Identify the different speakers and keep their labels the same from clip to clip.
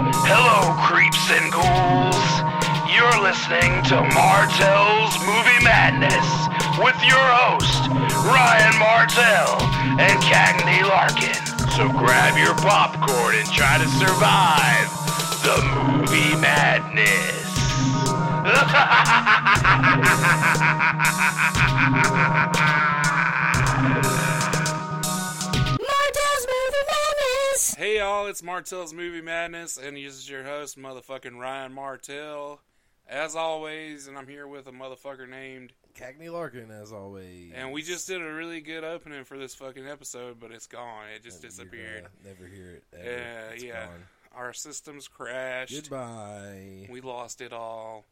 Speaker 1: Hello, creeps and ghouls. You're listening to Martell's Movie Madness with your host, Ryan Martell and Cagney Larkin. So grab your popcorn and try to survive the movie madness.
Speaker 2: Martell's Movie Madness!
Speaker 3: Hey y'all, it's Martell's Movie Madness, and this is your host, motherfucking Ryan Martell, as always, and I'm here with a motherfucker named.
Speaker 4: Cagney Larkin, as always.
Speaker 3: And we just did a really good opening for this fucking episode, but it's gone. It just disappeared.
Speaker 4: You're gonna never hear it. Ever.
Speaker 3: Yeah,
Speaker 4: It's
Speaker 3: yeah.
Speaker 4: gone.
Speaker 3: Our systems crashed.
Speaker 4: Goodbye.
Speaker 3: We lost it all.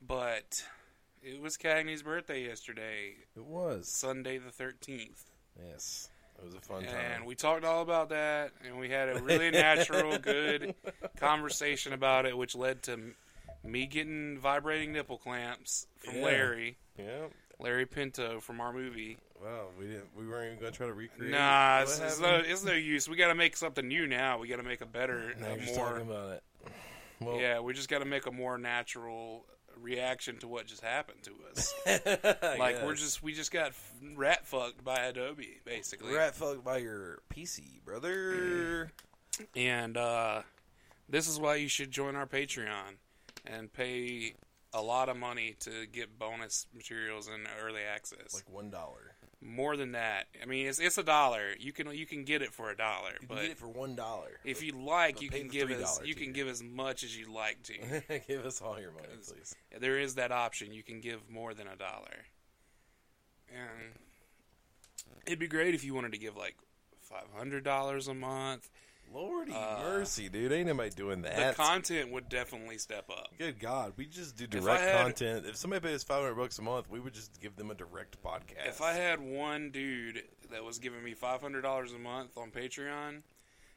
Speaker 3: But it was Cagney's birthday yesterday,
Speaker 4: It was.
Speaker 3: Sunday the 13th.
Speaker 4: Yes. It was a fun
Speaker 3: And
Speaker 4: time.
Speaker 3: we talked all about that, and we had a really natural, good conversation about it, which led to m- me getting vibrating nipple clamps from
Speaker 4: Yeah.
Speaker 3: Larry,
Speaker 4: yeah.
Speaker 3: Larry Pinto from our movie.
Speaker 4: Well, we didn't. We weren't even going to try to recreate.
Speaker 3: Nah,
Speaker 4: what
Speaker 3: it's, it's no,
Speaker 4: happened.
Speaker 3: it's no use. We got to make something new now. We got to make a better,
Speaker 4: Now
Speaker 3: a
Speaker 4: you're just
Speaker 3: more.
Speaker 4: talking about it. Well,
Speaker 3: yeah, we just got to make a more natural reaction to what just happened to us.
Speaker 4: I
Speaker 3: like we're
Speaker 4: guess.
Speaker 3: just we just got f- rat fucked by Adobe basically.
Speaker 4: rat fucked by your PC, brother.
Speaker 3: And uh, this is why you should join our Patreon and pay a lot of money to get bonus materials and early access.
Speaker 4: Like one dollar.
Speaker 3: More than that, I mean, it's it's a dollar. You can you can get it for a dollar,
Speaker 4: You can
Speaker 3: but
Speaker 4: get it for one dollar.
Speaker 3: if you like,
Speaker 4: but
Speaker 3: you
Speaker 4: pay
Speaker 3: can
Speaker 4: the
Speaker 3: give
Speaker 4: $3
Speaker 3: us you
Speaker 4: tier.
Speaker 3: can give as much as you like to.
Speaker 4: Give us all your money, please.
Speaker 3: there is that option. You can give more than a dollar, and it'd be great if you wanted to give like five hundred dollars a month.
Speaker 4: Lordy mercy, dude! Ain't nobody doing
Speaker 3: uh, The
Speaker 4: that.
Speaker 3: content would definitely step up.
Speaker 4: Good God, we just do
Speaker 3: I
Speaker 4: direct
Speaker 3: had-
Speaker 4: content. If somebody pays five hundred bucks a month, we would just give them a direct podcast.
Speaker 3: If I had one dude that was giving me five hundred dollars a month on Patreon,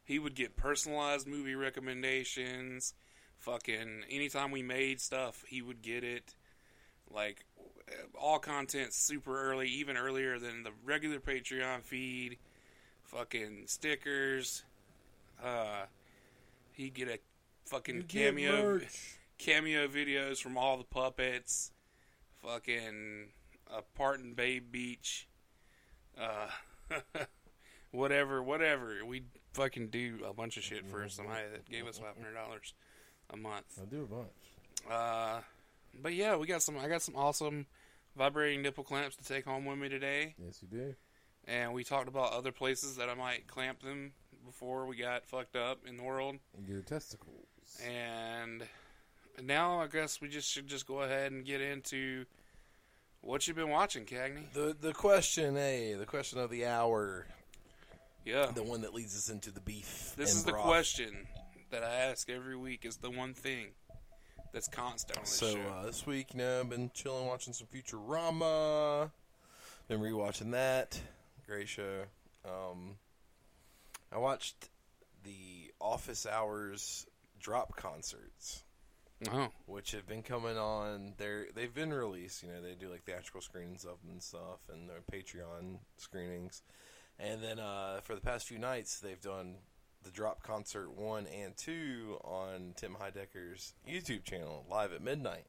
Speaker 3: he would get personalized movie recommendations. Fucking anytime we made stuff, he would get it. Like all content super early, even earlier than the regular Patreon feed. Fucking stickers. Uh, he'd get a fucking cameo cameo videos from all the puppets, fucking uh, part in Bay Beach, uh, whatever, whatever. We fucking do a bunch of shit for somebody that gave us five hundred dollars a month.
Speaker 4: do a bunch.
Speaker 3: Uh, but yeah, we got some. I got some awesome vibrating nipple clamps to take home with me today,
Speaker 4: Yes, you do.
Speaker 3: and we talked about other places that I might clamp them before we got fucked up in the world.
Speaker 4: And your testicles.
Speaker 3: And now I guess we just should just go ahead and get into what you've been watching, Cagney.
Speaker 4: The the question, eh? The question of the hour,
Speaker 3: Yeah.
Speaker 4: the one that leads us into the beef.
Speaker 3: This
Speaker 4: and
Speaker 3: is the
Speaker 4: broth.
Speaker 3: question that I ask every week is the one thing that's constant on this
Speaker 4: So
Speaker 3: show.
Speaker 4: uh, this week, you know, I've been chilling, watching some Futurama. Been rewatching that. Great show. Um, I watched the Office Hours drop concerts.
Speaker 3: oh.
Speaker 4: which have been coming on. They're they've been released. You know, they do like theatrical screenings of them and stuff, and their Patreon screenings. And then uh, for the past few nights, they've done the drop concert one and two on Tim Heidecker's YouTube channel live at midnight.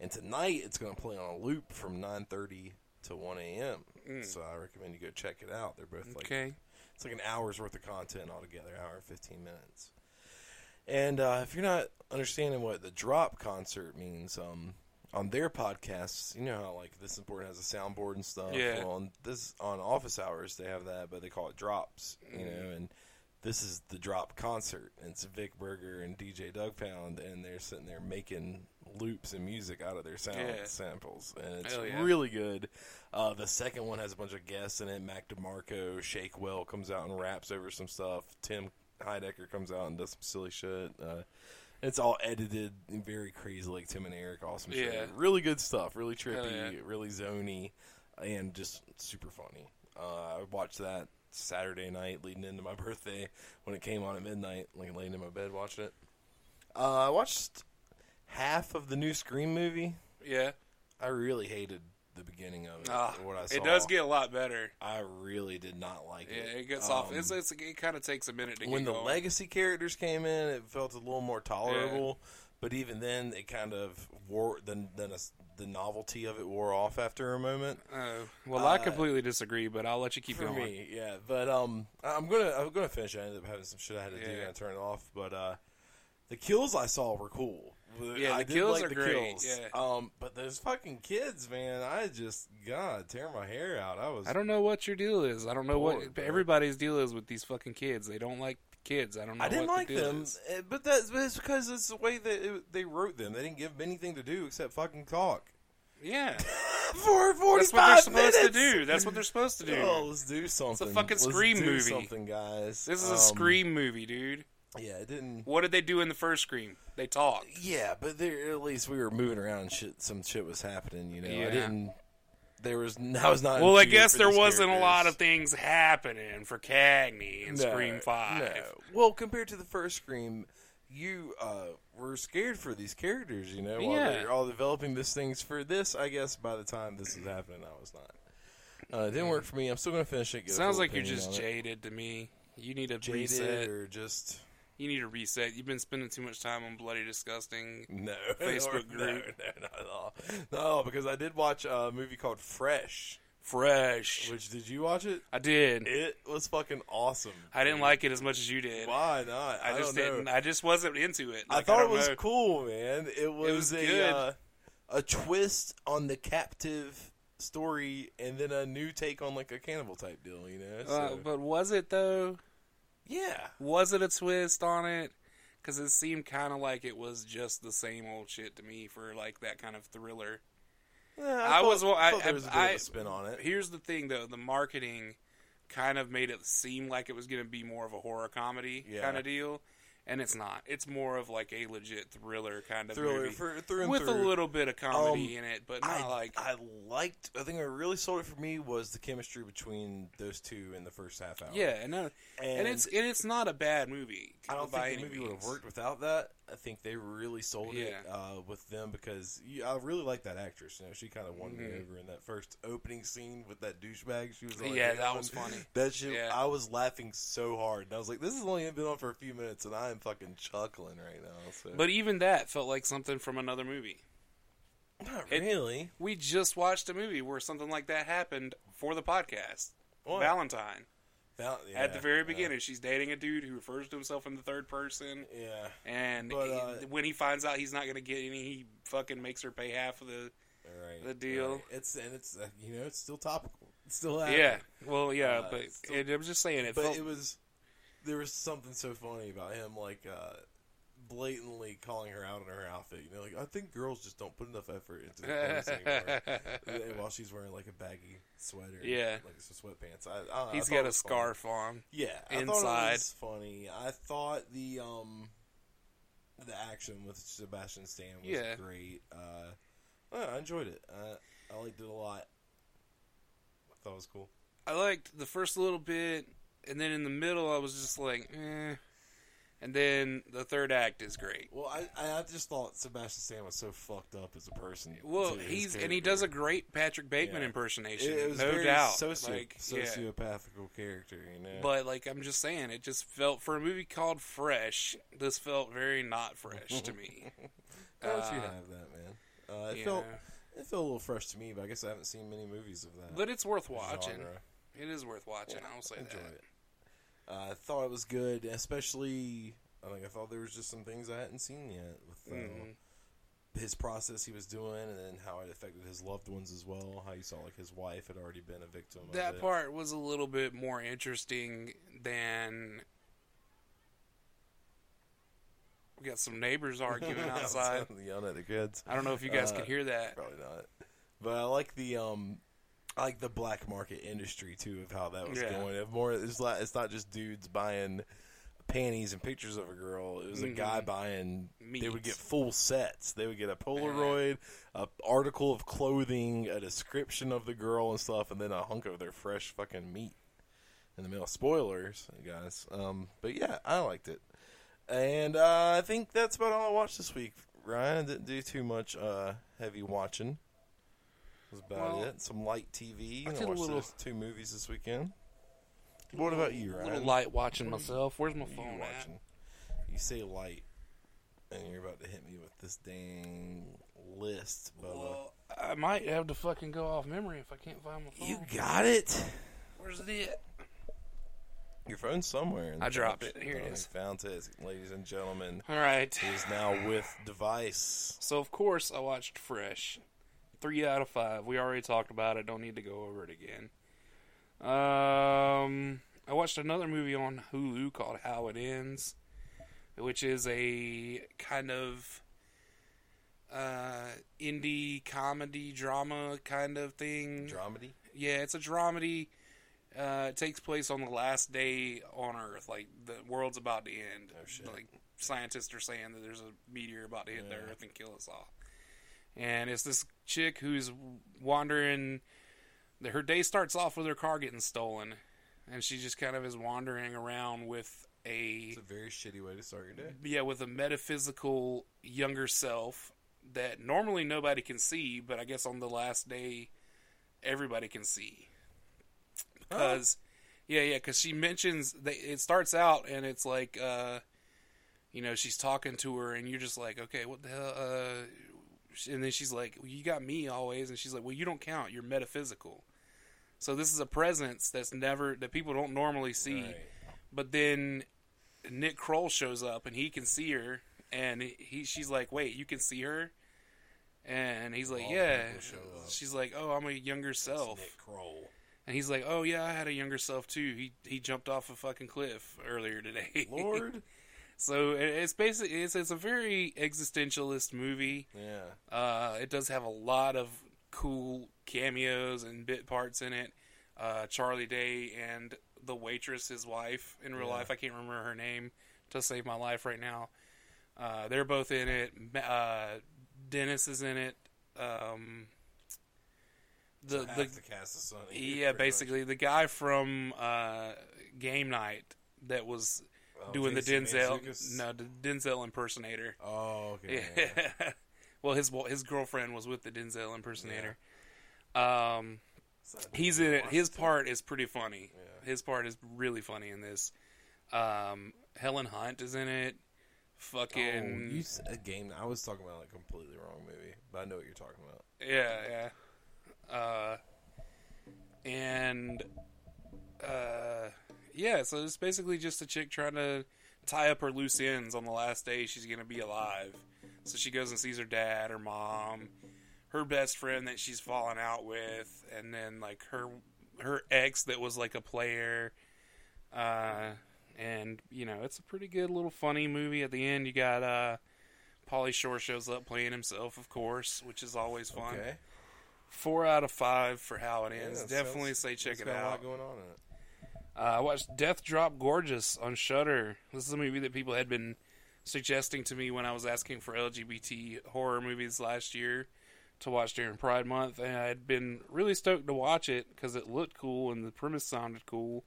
Speaker 4: And tonight it's going to play on a loop from nine thirty to one a.m. So I recommend you go check it out. They're both like
Speaker 3: Okay.
Speaker 4: it's like an hour's worth of content altogether, hour and 15 minutes. And uh, if you're not understanding what the drop concert means, um, on their podcasts, you know how like this is board has a soundboard and stuff.
Speaker 3: Yeah.
Speaker 4: Well, on this on office hours they have that, but they call it drops. You
Speaker 3: Mm-hmm.
Speaker 4: know, and this is the drop concert. And it's Vic Berger and DJ Doug Pound, and they're sitting there making loops and music out of their sound
Speaker 3: Yeah.
Speaker 4: samples, and it's
Speaker 3: Hell yeah.
Speaker 4: really good. Uh, the second one has a bunch of guests in it. Mac DeMarco, Shakewell comes out and raps over some stuff. Tim Heidecker comes out and does some silly shit. Uh, it's all edited and very crazy, like Tim and Eric, awesome
Speaker 3: Yeah.
Speaker 4: shit. Really good stuff. Really
Speaker 3: Hell
Speaker 4: trippy,
Speaker 3: yeah.
Speaker 4: really zony, and just super funny. Uh, I watched that Saturday night leading into my birthday when it came on at midnight, like laying in my bed watching it. Uh, I watched half of the new Scream movie.
Speaker 3: Yeah.
Speaker 4: I really hated the beginning of it.
Speaker 3: Ah,
Speaker 4: what I saw.
Speaker 3: it does get a lot better.
Speaker 4: I really did not like it.
Speaker 3: Yeah, it gets off.
Speaker 4: Um,
Speaker 3: It's, it's it kind of takes a minute to
Speaker 4: when
Speaker 3: get
Speaker 4: the
Speaker 3: going.
Speaker 4: legacy characters came in, it felt a little more tolerable. But even then, it kind of wore the then the novelty of it wore off after a moment.
Speaker 3: Uh, well, I
Speaker 4: Uh,
Speaker 3: completely disagree, but I'll let you keep
Speaker 4: for
Speaker 3: going.
Speaker 4: me, yeah. But um, I- I'm gonna I'm gonna finish. it. I ended up having some shit I had to do,
Speaker 3: Yeah.
Speaker 4: and I turned it off. But uh, the kills I saw were cool.
Speaker 3: Yeah,
Speaker 4: I
Speaker 3: the
Speaker 4: did
Speaker 3: kills
Speaker 4: like
Speaker 3: are
Speaker 4: the
Speaker 3: great,
Speaker 4: Kills.
Speaker 3: yeah.
Speaker 4: Um, but those fucking kids, man, I just God tear my hair out. I was
Speaker 3: I don't know what your deal is. I don't know
Speaker 4: Bored,
Speaker 3: what
Speaker 4: bro.
Speaker 3: everybody's deal is with these fucking kids. They don't like kids. I don't know.
Speaker 4: I didn't
Speaker 3: what
Speaker 4: like
Speaker 3: the deal
Speaker 4: them,
Speaker 3: is.
Speaker 4: eh, but that's but it's because it's the way that it, they wrote them. They didn't give them anything to do except fucking talk
Speaker 3: Yeah,
Speaker 4: for forty
Speaker 3: that's what they're
Speaker 4: five
Speaker 3: supposed to
Speaker 4: minutes.
Speaker 3: do. That's what they're supposed to do.
Speaker 4: Oh, let's do something.
Speaker 3: fucking
Speaker 4: Let's
Speaker 3: Scream
Speaker 4: do
Speaker 3: movie.
Speaker 4: Something, guys.
Speaker 3: This is
Speaker 4: Um,
Speaker 3: a Scream movie, dude.
Speaker 4: Yeah, it didn't.
Speaker 3: What did they do in the first Scream? They talked.
Speaker 4: Yeah, but there at least we were moving around. And shit, some shit was happening. You know,
Speaker 3: Yeah.
Speaker 4: I didn't. There was. I was not. in
Speaker 3: Well, I
Speaker 4: fear
Speaker 3: guess
Speaker 4: Uh, for
Speaker 3: there
Speaker 4: these
Speaker 3: wasn't a lot
Speaker 4: characters.
Speaker 3: of things happening for Cagney in
Speaker 4: No,
Speaker 3: Scream Five.
Speaker 4: no. Well, compared to the first Scream, you uh, were scared for these characters, you know, while
Speaker 3: Yeah.
Speaker 4: they're all developing these things for this. I guess by the time this was happening, I was not. Uh, it didn't work for me. I'm still going to finish it. get a
Speaker 3: Sounds
Speaker 4: full
Speaker 3: like you're
Speaker 4: opinion
Speaker 3: just
Speaker 4: on it.
Speaker 3: jaded to me. You need a
Speaker 4: jaded
Speaker 3: reset.
Speaker 4: or just
Speaker 3: You need a reset. You've been spending too much time on Bloody Disgusting.
Speaker 4: no
Speaker 3: Facebook
Speaker 4: no, no,
Speaker 3: group.
Speaker 4: not at all. No, because I did watch a movie called Fresh.
Speaker 3: Fresh.
Speaker 4: Which did you watch it?
Speaker 3: I did.
Speaker 4: It was fucking awesome.
Speaker 3: I didn't like it as much as you did.
Speaker 4: Why not?
Speaker 3: I, just
Speaker 4: don't know.
Speaker 3: didn't. I just wasn't into it.
Speaker 4: I
Speaker 3: Like,
Speaker 4: thought it
Speaker 3: don't
Speaker 4: was
Speaker 3: know.
Speaker 4: cool, man. It was,
Speaker 3: was
Speaker 4: a
Speaker 3: good.
Speaker 4: Uh, a twist on the captive story, and then a new take on like a cannibal type deal. You know, so,
Speaker 3: Uh, but was it though?
Speaker 4: yeah,
Speaker 3: Was it a twist on it? Because it seemed kind of like it was just the same old shit to me for like that kind of thriller.
Speaker 4: Yeah,
Speaker 3: I was- well, I-
Speaker 4: thought there was a bit
Speaker 3: I-
Speaker 4: of a spin on it.
Speaker 3: Here's the thing though: the marketing kind of made it seem like it was going to be more of a horror comedy
Speaker 4: Yeah.
Speaker 3: kind of deal, and it's not. It's more of like a legit thriller kind of
Speaker 4: Thriller
Speaker 3: movie
Speaker 4: for, through and
Speaker 3: with
Speaker 4: through.
Speaker 3: a little bit of comedy
Speaker 4: Um,
Speaker 3: in it, but not
Speaker 4: I
Speaker 3: like
Speaker 4: I liked. I think what really sold it for me was the chemistry between those two in the first half hour.
Speaker 3: yeah, and, no, and,
Speaker 4: and,
Speaker 3: it's and it's not a bad movie.
Speaker 4: I don't
Speaker 3: by
Speaker 4: think the
Speaker 3: any
Speaker 4: movie would have
Speaker 3: means.
Speaker 4: worked without that. I think they really sold it
Speaker 3: Yeah.
Speaker 4: uh, with them because you, I really like that actress. You know, she kind of won me
Speaker 3: Mhm.
Speaker 4: over in that first opening scene with that douchebag. She was like,
Speaker 3: Yeah, that was funny.
Speaker 4: That shit,
Speaker 3: Yeah.
Speaker 4: I was laughing so hard, and I was like, "This has only been on for a few minutes, and I am fucking chuckling right now." So,
Speaker 3: But even that felt like something from another movie.
Speaker 4: not
Speaker 3: it-
Speaker 4: really.
Speaker 3: We just watched a movie where something like that happened for the podcast.
Speaker 4: What?
Speaker 3: Valentine.
Speaker 4: Val-
Speaker 3: At the
Speaker 4: yeah, uh,
Speaker 3: very
Speaker 4: yeah,
Speaker 3: beginning, she's dating a dude who refers to himself in the third person.
Speaker 4: Yeah,
Speaker 3: And
Speaker 4: But,
Speaker 3: he-
Speaker 4: uh,
Speaker 3: when he finds out he's not going to get any, he fucking makes her pay half of the.
Speaker 4: right.
Speaker 3: The deal.
Speaker 4: right. It's and it's uh, you know it's still topical. It's still happening.
Speaker 3: Yeah. Well, yeah,
Speaker 4: Uh,
Speaker 3: but
Speaker 4: so-
Speaker 3: it, I'm just saying it
Speaker 4: But
Speaker 3: felt.
Speaker 4: it was there was something so funny about him, like uh, blatantly calling her out on her outfit. You know, like I think girls just don't put enough effort into their clothes anymore. And While she's wearing like a baggy sweater, and,
Speaker 3: Yeah.
Speaker 4: like some sweatpants. I, I don't know,
Speaker 3: He's
Speaker 4: I thought it
Speaker 3: got a
Speaker 4: was funny.
Speaker 3: scarf on.
Speaker 4: Yeah, I thought it
Speaker 3: inside.
Speaker 4: was funny. I thought the um the action with Sebastian Stan was
Speaker 3: Yeah.
Speaker 4: great. Uh, I I enjoyed it. I, I liked it a lot. I thought it was cool.
Speaker 3: I liked the first little bit, and then in the middle, I was just like, eh. And then the third act is great.
Speaker 4: Well, I, I I just thought Sebastian Stan was so fucked up as a person.
Speaker 3: Well,
Speaker 4: too, his
Speaker 3: he's and
Speaker 4: character.
Speaker 3: he does a great Patrick Bateman
Speaker 4: Yeah.
Speaker 3: impersonation,
Speaker 4: It, it was
Speaker 3: no
Speaker 4: very
Speaker 3: doubt.
Speaker 4: socio-
Speaker 3: Like, yeah.
Speaker 4: sociopathical character, you know.
Speaker 3: But like I'm just saying, it just felt for a movie called Fresh, this felt very not fresh to me.
Speaker 4: Why don't you
Speaker 3: uh,
Speaker 4: have that, man? Uh, it
Speaker 3: yeah.
Speaker 4: felt it felt a little fresh to me, but I guess I haven't seen many movies of that.
Speaker 3: But it's worth watching.
Speaker 4: genre.
Speaker 3: It is worth watching. I will say
Speaker 4: Enjoy
Speaker 3: that.
Speaker 4: it. Uh, I thought it was good, especially. I think I thought there was just some things I hadn't seen yet with uh,
Speaker 3: Mhm.
Speaker 4: his process he was doing, and then how it affected his loved ones as well. How you saw like his wife had already been a victim. of
Speaker 3: That
Speaker 4: it.
Speaker 3: part was a little bit more interesting than. We got some neighbors arguing
Speaker 4: I was
Speaker 3: outside.
Speaker 4: yelling at the kids.
Speaker 3: I don't know if you guys
Speaker 4: Uh,
Speaker 3: can hear that.
Speaker 4: Probably not. But I like the um, I like the black market industry too of how that was
Speaker 3: Yeah.
Speaker 4: going. It more it's not it's not just dudes buying panties and pictures of a girl. It was a
Speaker 3: Mhm.
Speaker 4: guy buying. They would
Speaker 3: Meats.
Speaker 4: get full sets. They would get a Polaroid, a article of clothing, a description of the girl and stuff, and then a hunk of their fresh fucking meat in the mail. Spoilers, guys. Um, but yeah, I liked it. And uh, I think that's about all I watched this week, Ryan. I didn't do too much uh, heavy watching. That's about
Speaker 3: Well,
Speaker 4: it. Some light TV.
Speaker 3: I
Speaker 4: I
Speaker 3: did a
Speaker 4: watched
Speaker 3: little-
Speaker 4: those two movies this weekend. What about you,
Speaker 3: A
Speaker 4: Ryan?
Speaker 3: little light watching myself. Where's my
Speaker 4: What are
Speaker 3: phone
Speaker 4: you
Speaker 3: at?
Speaker 4: watching? You say light, and you're about to hit me with this dang list, Bubba.
Speaker 3: Well, I might have to fucking go off memory if I can't find my phone.
Speaker 4: you got it.
Speaker 3: Where's it?
Speaker 4: Your phone's somewhere. in the
Speaker 3: I dropped
Speaker 4: couch.
Speaker 3: it. Here it
Speaker 4: Oh,
Speaker 3: is.
Speaker 4: I found it, ladies and gentlemen.
Speaker 3: All right.
Speaker 4: It is now with device.
Speaker 3: So of course I watched Fresh. Three out of five. We already talked about it. Don't need to go over it again. Um, I watched another movie on Hulu called How It Ends, which is a kind of uh, indie comedy drama kind of thing.
Speaker 4: Dramedy.
Speaker 3: Yeah, it's a dramedy. Uh, it takes place on the last day on Earth, like the world's about to end.
Speaker 4: Oh, shit.
Speaker 3: Like scientists are saying that there's a meteor about to hit the
Speaker 4: Yeah.
Speaker 3: Earth and kill us all. And it's this chick who's wandering. Her day starts off with her car getting stolen, and she just kind of is wandering around with a
Speaker 4: It's a very shitty way to start your day.
Speaker 3: yeah with a metaphysical younger self that normally nobody can see but i guess on the last day everybody can see because yeah yeah because she mentions they, it starts out and it's like uh you know she's talking to her and you're just like okay what the hell uh and then she's like well, you got me always and she's like well you don't count you're metaphysical so this is a presence that's never that people don't normally see
Speaker 4: Right.
Speaker 3: but then Nick Kroll shows up and he can see her, and he she's like, "Wait, you can see her?" And he's like,
Speaker 4: All the
Speaker 3: "Yeah."
Speaker 4: people show up.
Speaker 3: She's like, "Oh, I'm a younger self,"
Speaker 4: Nick Kroll.
Speaker 3: and he's like, "Oh yeah, I had a younger self too. He he jumped off a fucking cliff earlier today."
Speaker 4: Lord.
Speaker 3: so it- it's basically it's it's a very existentialist movie.
Speaker 4: yeah.
Speaker 3: Uh, it does have a lot of cool cameos and bit parts in it. Uh, Charlie Day and the waitress, his wife in real
Speaker 4: Yeah.
Speaker 3: life, I can't remember her name to save my life right now. Uh, they're both in it. Ma- Uh, Dennis is in it. Um, the
Speaker 4: Half
Speaker 3: the
Speaker 4: the cast is Sunny.
Speaker 3: yeah,
Speaker 4: pretty much.
Speaker 3: basically the guy from uh, Game Night that was
Speaker 4: Oh,
Speaker 3: doing the
Speaker 4: Jason
Speaker 3: Denzel
Speaker 4: Mantzoukas?
Speaker 3: no the Denzel impersonator.
Speaker 4: Oh, okay.
Speaker 3: Yeah. well, his wa- his girlfriend was with the Denzel impersonator. Um,
Speaker 4: It's not
Speaker 3: he's
Speaker 4: Denzel
Speaker 3: in it. His
Speaker 4: Washington.
Speaker 3: part is pretty funny.
Speaker 4: Yeah.
Speaker 3: His part is really funny in this. Um, Helen Hunt is in it. Fucking
Speaker 4: Oh, you said game. I was talking about like completely wrong movie, but I know what you're talking about.
Speaker 3: yeah, yeah. Uh, and uh, yeah. So it's basically just a chick trying to tie up her loose ends on the last day she's gonna be alive. So she goes and sees her dad, her mom, her best friend that she's fallen out with, and then like her her ex that was like a player. Uh, and you know it's a pretty good little funny movie. At the end, you got uh, Polly Shore shows up playing himself, of course, which is always fun.
Speaker 4: Okay.
Speaker 3: Four out of five for how it
Speaker 4: Yeah,
Speaker 3: ends.
Speaker 4: that
Speaker 3: Definitely
Speaker 4: sounds-
Speaker 3: say check
Speaker 4: it's
Speaker 3: it
Speaker 4: got A
Speaker 3: out.
Speaker 4: lot going on in it.
Speaker 3: Uh, I watched Death Drop Gorgeous on Shudder. This is a movie that people had been suggesting to me when I was asking for LGBT horror movies last year to watch during Pride Month, and I had been really stoked to watch it because it looked cool and the premise sounded cool.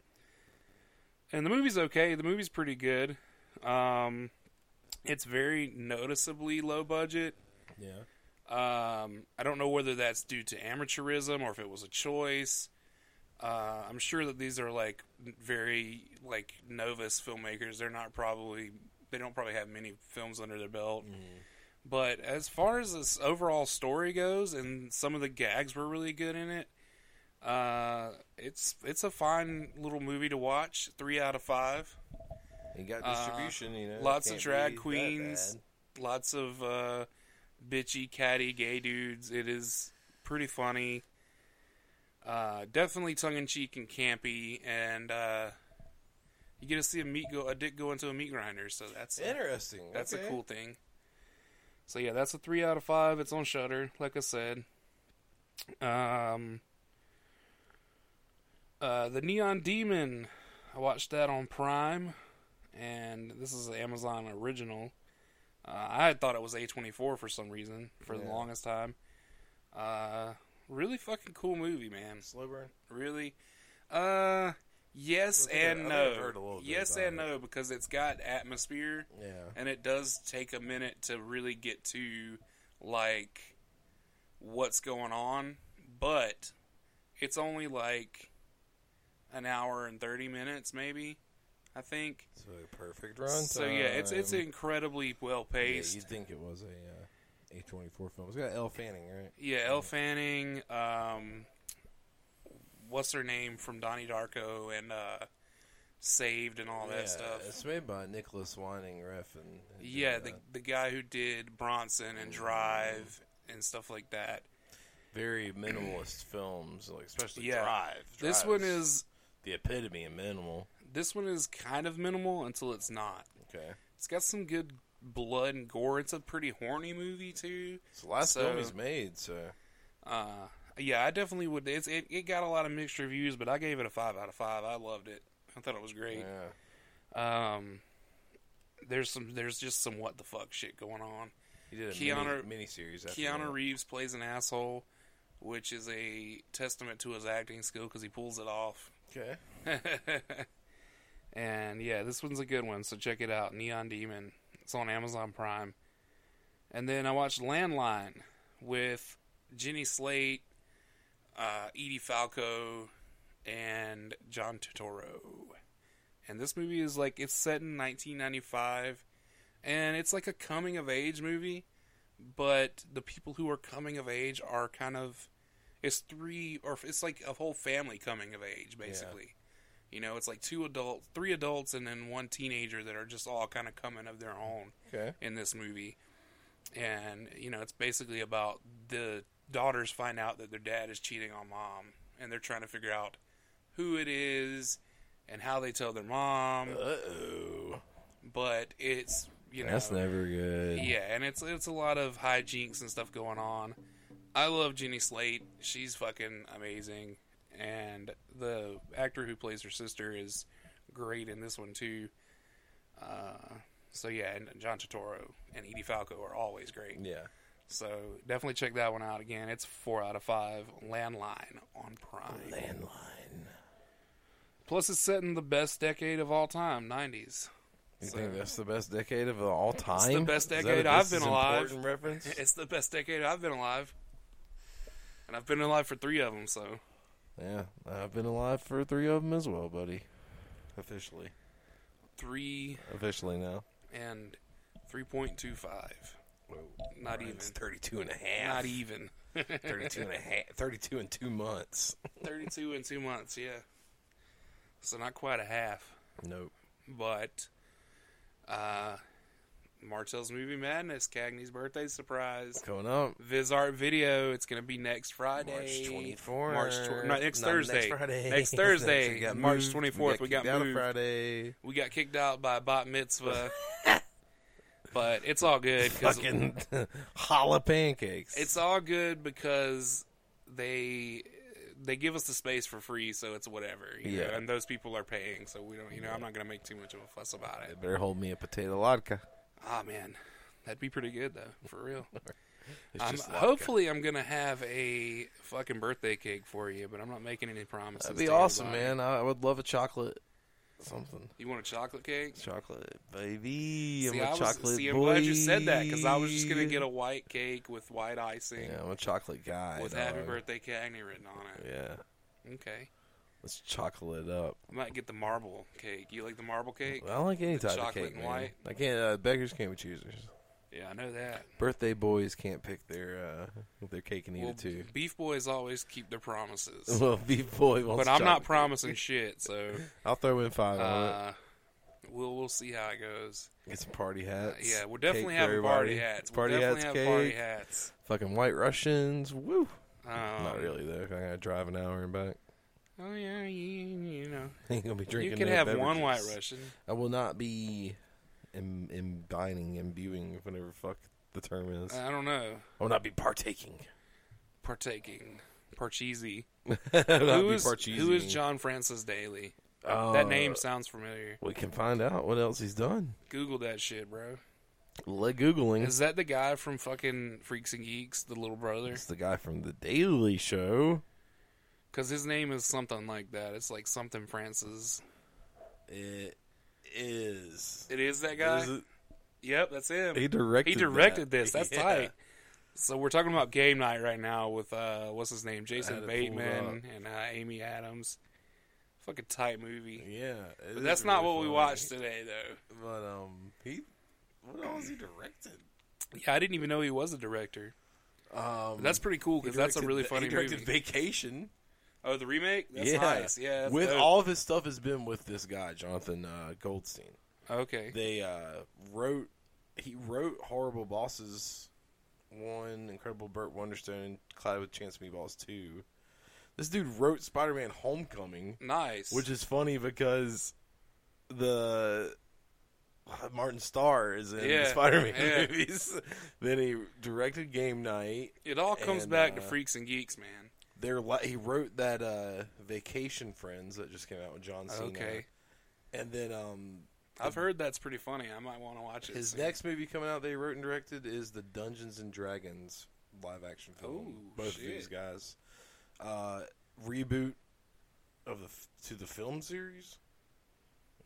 Speaker 3: And the movie's okay. The movie's pretty good. Um, it's very noticeably low budget.
Speaker 4: Yeah.
Speaker 3: Um, I don't know whether that's due to amateurism or if it was a choice. Uh, I'm sure that these are like very like novice filmmakers. They're not probably they don't probably have many films under their belt. But as far as this overall story goes, and some of the gags were really good in it. Uh, it's it's a fine little movie to watch. Three out of five.
Speaker 4: You got
Speaker 3: Uh,
Speaker 4: distribution, you know. it
Speaker 3: lots of
Speaker 4: can't
Speaker 3: drag
Speaker 4: be that
Speaker 3: queens.
Speaker 4: bad.
Speaker 3: lots of uh, bitchy, catty, gay dudes. It is pretty funny. Uh, definitely tongue in cheek and campy, and uh, you get to see a meat go a dick go into a meat grinder. So that's
Speaker 4: Interesting.
Speaker 3: that's
Speaker 4: okay.
Speaker 3: a cool thing. So yeah, that's a three out of five. It's on Shutter, like I said. Um, uh, the Neon Demon. I watched that on Prime, and this is an Amazon original. Uh, I had thought it was A24 for some reason for the
Speaker 4: Yeah.
Speaker 3: longest time. Uh, really fucking cool movie, man.
Speaker 4: Slow burn.
Speaker 3: Really? Uh, yes
Speaker 4: I think I-
Speaker 3: and
Speaker 4: I think I've heard a
Speaker 3: no.
Speaker 4: little bit
Speaker 3: Yes
Speaker 4: about
Speaker 3: and
Speaker 4: it.
Speaker 3: no because it's got atmosphere
Speaker 4: Yeah.
Speaker 3: and it does take a minute to really get to like what's going on but it's only like an hour and 30 minutes maybe i think
Speaker 4: So perfect run.
Speaker 3: so yeah it's it's
Speaker 4: time.
Speaker 3: incredibly well
Speaker 4: Yeah,
Speaker 3: paced
Speaker 4: you'd think it was a A twenty four film. It's got Elle Fanning, right?
Speaker 3: yeah, elle fanning um what's her name from donnie darko and uh saved and all that
Speaker 4: yeah,
Speaker 3: stuff
Speaker 4: It's made by Nicholas Winding Refn. who did uh,
Speaker 3: yeah the,
Speaker 4: that.
Speaker 3: the guy who did bronson
Speaker 4: Mm.
Speaker 3: and drive and stuff like that
Speaker 4: very minimalist films, like especially
Speaker 3: Yeah.
Speaker 4: Drive.
Speaker 3: this one
Speaker 4: Drive
Speaker 3: is
Speaker 4: the epitome of minimal.
Speaker 3: this one is kind of minimal until it's not
Speaker 4: Okay,
Speaker 3: It's got some good blood and gore. It's a pretty horny movie too.
Speaker 4: it's the last
Speaker 3: So-
Speaker 4: film he's made. So
Speaker 3: Uh, yeah, I definitely would. It's, it it got a lot of mixed reviews, but I gave it a five out of five. I loved it. I thought it was great.
Speaker 4: yeah,
Speaker 3: Um, there's some there's just some what the fuck shit going on.
Speaker 4: he did a
Speaker 3: Keanu-
Speaker 4: mini series.
Speaker 3: Keanu Reeves plays an asshole, which is a testament to his acting skill because he pulls it off.
Speaker 4: Okay,
Speaker 3: and yeah, this one's a good one, so check it out. Neon Demon. It's on Amazon Prime. And then I watched Landline with Jenny Slate, uh, Edie Falco, and John Turturro. And this movie is like it's set in 1995, and it's like a coming of age movie, but the people who are coming of age are kind of it's three or it's like a whole family coming of age basically. You know, it's like two adults, three adults, and then one teenager that are just all kind of coming of their own
Speaker 4: okay,
Speaker 3: in this movie. And, you know, it's basically about the daughters find out that their dad is cheating on mom, and they're trying to figure out who it is and how they tell their mom.
Speaker 4: uh oh,
Speaker 3: But it's, you know,
Speaker 4: that's never good.
Speaker 3: yeah, and it's it's a lot of hijinks and stuff going on. I love Jenny Slate. She's fucking amazing, and the actor who plays her sister is great in this one too. Uh, so yeah, and John Turturro and Edie Falco are always great.
Speaker 4: yeah.
Speaker 3: So definitely check that one out again. It's four out of five. Landline on Prime.
Speaker 4: Landline.
Speaker 3: Plus, it's set in the best decade of all time, '90s.
Speaker 4: You
Speaker 3: So-
Speaker 4: think that's the best decade of all time?
Speaker 3: best
Speaker 4: Is that a
Speaker 3: decade
Speaker 4: This
Speaker 3: I've
Speaker 4: Is
Speaker 3: been alive.
Speaker 4: Important reference.
Speaker 3: It's the best decade I've been alive, and I've been alive for three of them. So.
Speaker 4: yeah, I've been alive for three of them as well, buddy. Officially,
Speaker 3: three
Speaker 4: officially now.
Speaker 3: and three point two five. Not even.
Speaker 4: 32 and a half.
Speaker 3: Not even.
Speaker 4: 32 and a half. 32 and two months.
Speaker 3: Thirty-two in two months. Yeah. So not quite a half,
Speaker 4: Nope.
Speaker 3: but uh, Martell's movie madness, Cagney's birthday surprise.
Speaker 4: Coming up.
Speaker 3: Vizart video. It's gonna be next Friday,
Speaker 4: March 24th.
Speaker 3: March tw- no, next
Speaker 4: Not
Speaker 3: Thursday.
Speaker 4: Next Friday.
Speaker 3: Next Thursday,
Speaker 4: We got
Speaker 3: March
Speaker 4: moved.
Speaker 3: 24th, we got
Speaker 4: kicked out
Speaker 3: moved.
Speaker 4: Friday.
Speaker 3: We got kicked out by Bat Mitzvah, but it's all good. 'cause-
Speaker 4: Fucking holla pancakes.
Speaker 3: It's all good because they they give us the space for free, so it's whatever. you know,
Speaker 4: Yeah.
Speaker 3: and those people are paying, so we don't. You know, I'm not gonna make too much of a fuss about
Speaker 4: They
Speaker 3: it.
Speaker 4: better hold me a potato vodka.
Speaker 3: Ah, man, that'd be pretty good though, for real.
Speaker 4: It's
Speaker 3: I'm,
Speaker 4: just vodka.
Speaker 3: hopefully, I'm gonna have a fucking birthday cake for you, but I'm not making any promises.
Speaker 4: That'd be
Speaker 3: to
Speaker 4: awesome,
Speaker 3: anybody.
Speaker 4: man. I I would love a chocolate. Something.
Speaker 3: You want a chocolate cake?
Speaker 4: Chocolate, baby. I'm
Speaker 3: see,
Speaker 4: a
Speaker 3: I was,
Speaker 4: chocolate
Speaker 3: see, I'm
Speaker 4: boy.
Speaker 3: glad you said that because I was just gonna get a white cake with white icing
Speaker 4: Yeah, I'm a chocolate guy.
Speaker 3: with
Speaker 4: dog.
Speaker 3: "Happy Birthday Cagney" written on it.
Speaker 4: Yeah.
Speaker 3: Okay,
Speaker 4: Let's chocolate it up.
Speaker 3: I might get the marble cake. You like the marble cake?
Speaker 4: I don't like any type of
Speaker 3: chocolate
Speaker 4: cake,
Speaker 3: and
Speaker 4: man.
Speaker 3: white.
Speaker 4: I can't. Uh, beggars can't be choosers.
Speaker 3: Yeah, I know that.
Speaker 4: Birthday boys can't pick their uh, their cake and eat
Speaker 3: Well,
Speaker 4: it too.
Speaker 3: beef boys always keep their promises,
Speaker 4: Well, beef boy wants.
Speaker 3: but I'm not
Speaker 4: chocolate.
Speaker 3: promising shit. So
Speaker 4: I'll throw in five on
Speaker 3: uh, we'll we'll see how it goes.
Speaker 4: it. Get some party hats.
Speaker 3: uh, Yeah, we'll
Speaker 4: Cake
Speaker 3: definitely
Speaker 4: for
Speaker 3: have a
Speaker 4: everybody.
Speaker 3: party hats. We'll
Speaker 4: Party
Speaker 3: definitely
Speaker 4: hats,
Speaker 3: have
Speaker 4: cake.
Speaker 3: party hats.
Speaker 4: Fucking white Russians. Woo.
Speaker 3: Um,
Speaker 4: not really though. 'cause I gotta drive an hour and back.
Speaker 3: Oh yeah, you, you know,
Speaker 4: Ain't gonna be drinking.
Speaker 3: you can
Speaker 4: no
Speaker 3: have one
Speaker 4: beverages.
Speaker 3: white Russian.
Speaker 4: I will not be Im- imbining, imbuing, whatever fuck the term is.
Speaker 3: I don't know,
Speaker 4: I will not be partaking.
Speaker 3: partaking, parcheesi.
Speaker 4: I will not
Speaker 3: Who
Speaker 4: be
Speaker 3: is
Speaker 4: parcheesi.
Speaker 3: who is John Francis Daly?
Speaker 4: Uh,
Speaker 3: that name sounds familiar.
Speaker 4: We can find out what else he's done.
Speaker 3: Google that shit, bro.
Speaker 4: Leg googling.
Speaker 3: Is that the guy from fucking Freaks and Geeks, the little brother?
Speaker 4: It's the guy from the Daily Show.
Speaker 3: Because his name is something like that. It's like something Francis.
Speaker 4: It is.
Speaker 3: It is that guy.
Speaker 4: Is it-
Speaker 3: Yep, that's him.
Speaker 4: He directed.
Speaker 3: He directed
Speaker 4: that.
Speaker 3: this. That's
Speaker 4: Yeah.
Speaker 3: tight. So we're talking about game night right now with uh, what's his name, Jason
Speaker 4: it pulled
Speaker 3: Bateman
Speaker 4: up.
Speaker 3: and uh, Amy Adams. Fucking tight movie.
Speaker 4: Yeah, it
Speaker 3: But
Speaker 4: is
Speaker 3: that's not
Speaker 4: really
Speaker 3: what we
Speaker 4: funny.
Speaker 3: watched today, though.
Speaker 4: But um, he what else he directed?
Speaker 3: Yeah, I didn't even know he was a director.
Speaker 4: Um,
Speaker 3: But that's pretty cool because that's a
Speaker 4: directed-
Speaker 3: really
Speaker 4: he
Speaker 3: funny
Speaker 4: directed
Speaker 3: movie.
Speaker 4: Vacation.
Speaker 3: oh, the remake. That's nice. Yeah, that's
Speaker 4: with
Speaker 3: dope.
Speaker 4: all of his stuff has been with this guy Jonathan uh, Goldstein.
Speaker 3: Okay.
Speaker 4: They uh, wrote he wrote Horrible Bosses one, Incredible Burt Wonderstone, Cloud with Chance Meatballs two. This dude wrote Spider Man Homecoming,
Speaker 3: Nice.
Speaker 4: which is funny because the Martin Starr is in
Speaker 3: Yeah,
Speaker 4: the Spider Man
Speaker 3: yeah.
Speaker 4: movies. then he directed Game Night.
Speaker 3: it all comes
Speaker 4: and,
Speaker 3: back to
Speaker 4: uh,
Speaker 3: freaks and geeks, man.
Speaker 4: They're li- he wrote that uh, Vacation Friends that just came out with John Cena.
Speaker 3: Okay.
Speaker 4: And then um,
Speaker 3: I've heard that's pretty funny. I might want to watch it.
Speaker 4: his
Speaker 3: soon.
Speaker 4: next movie coming out they wrote and directed is the Dungeons and Dragons live action film.
Speaker 3: Oh,
Speaker 4: Both
Speaker 3: shit.
Speaker 4: of these guys. Uh, reboot of the f- to the film series.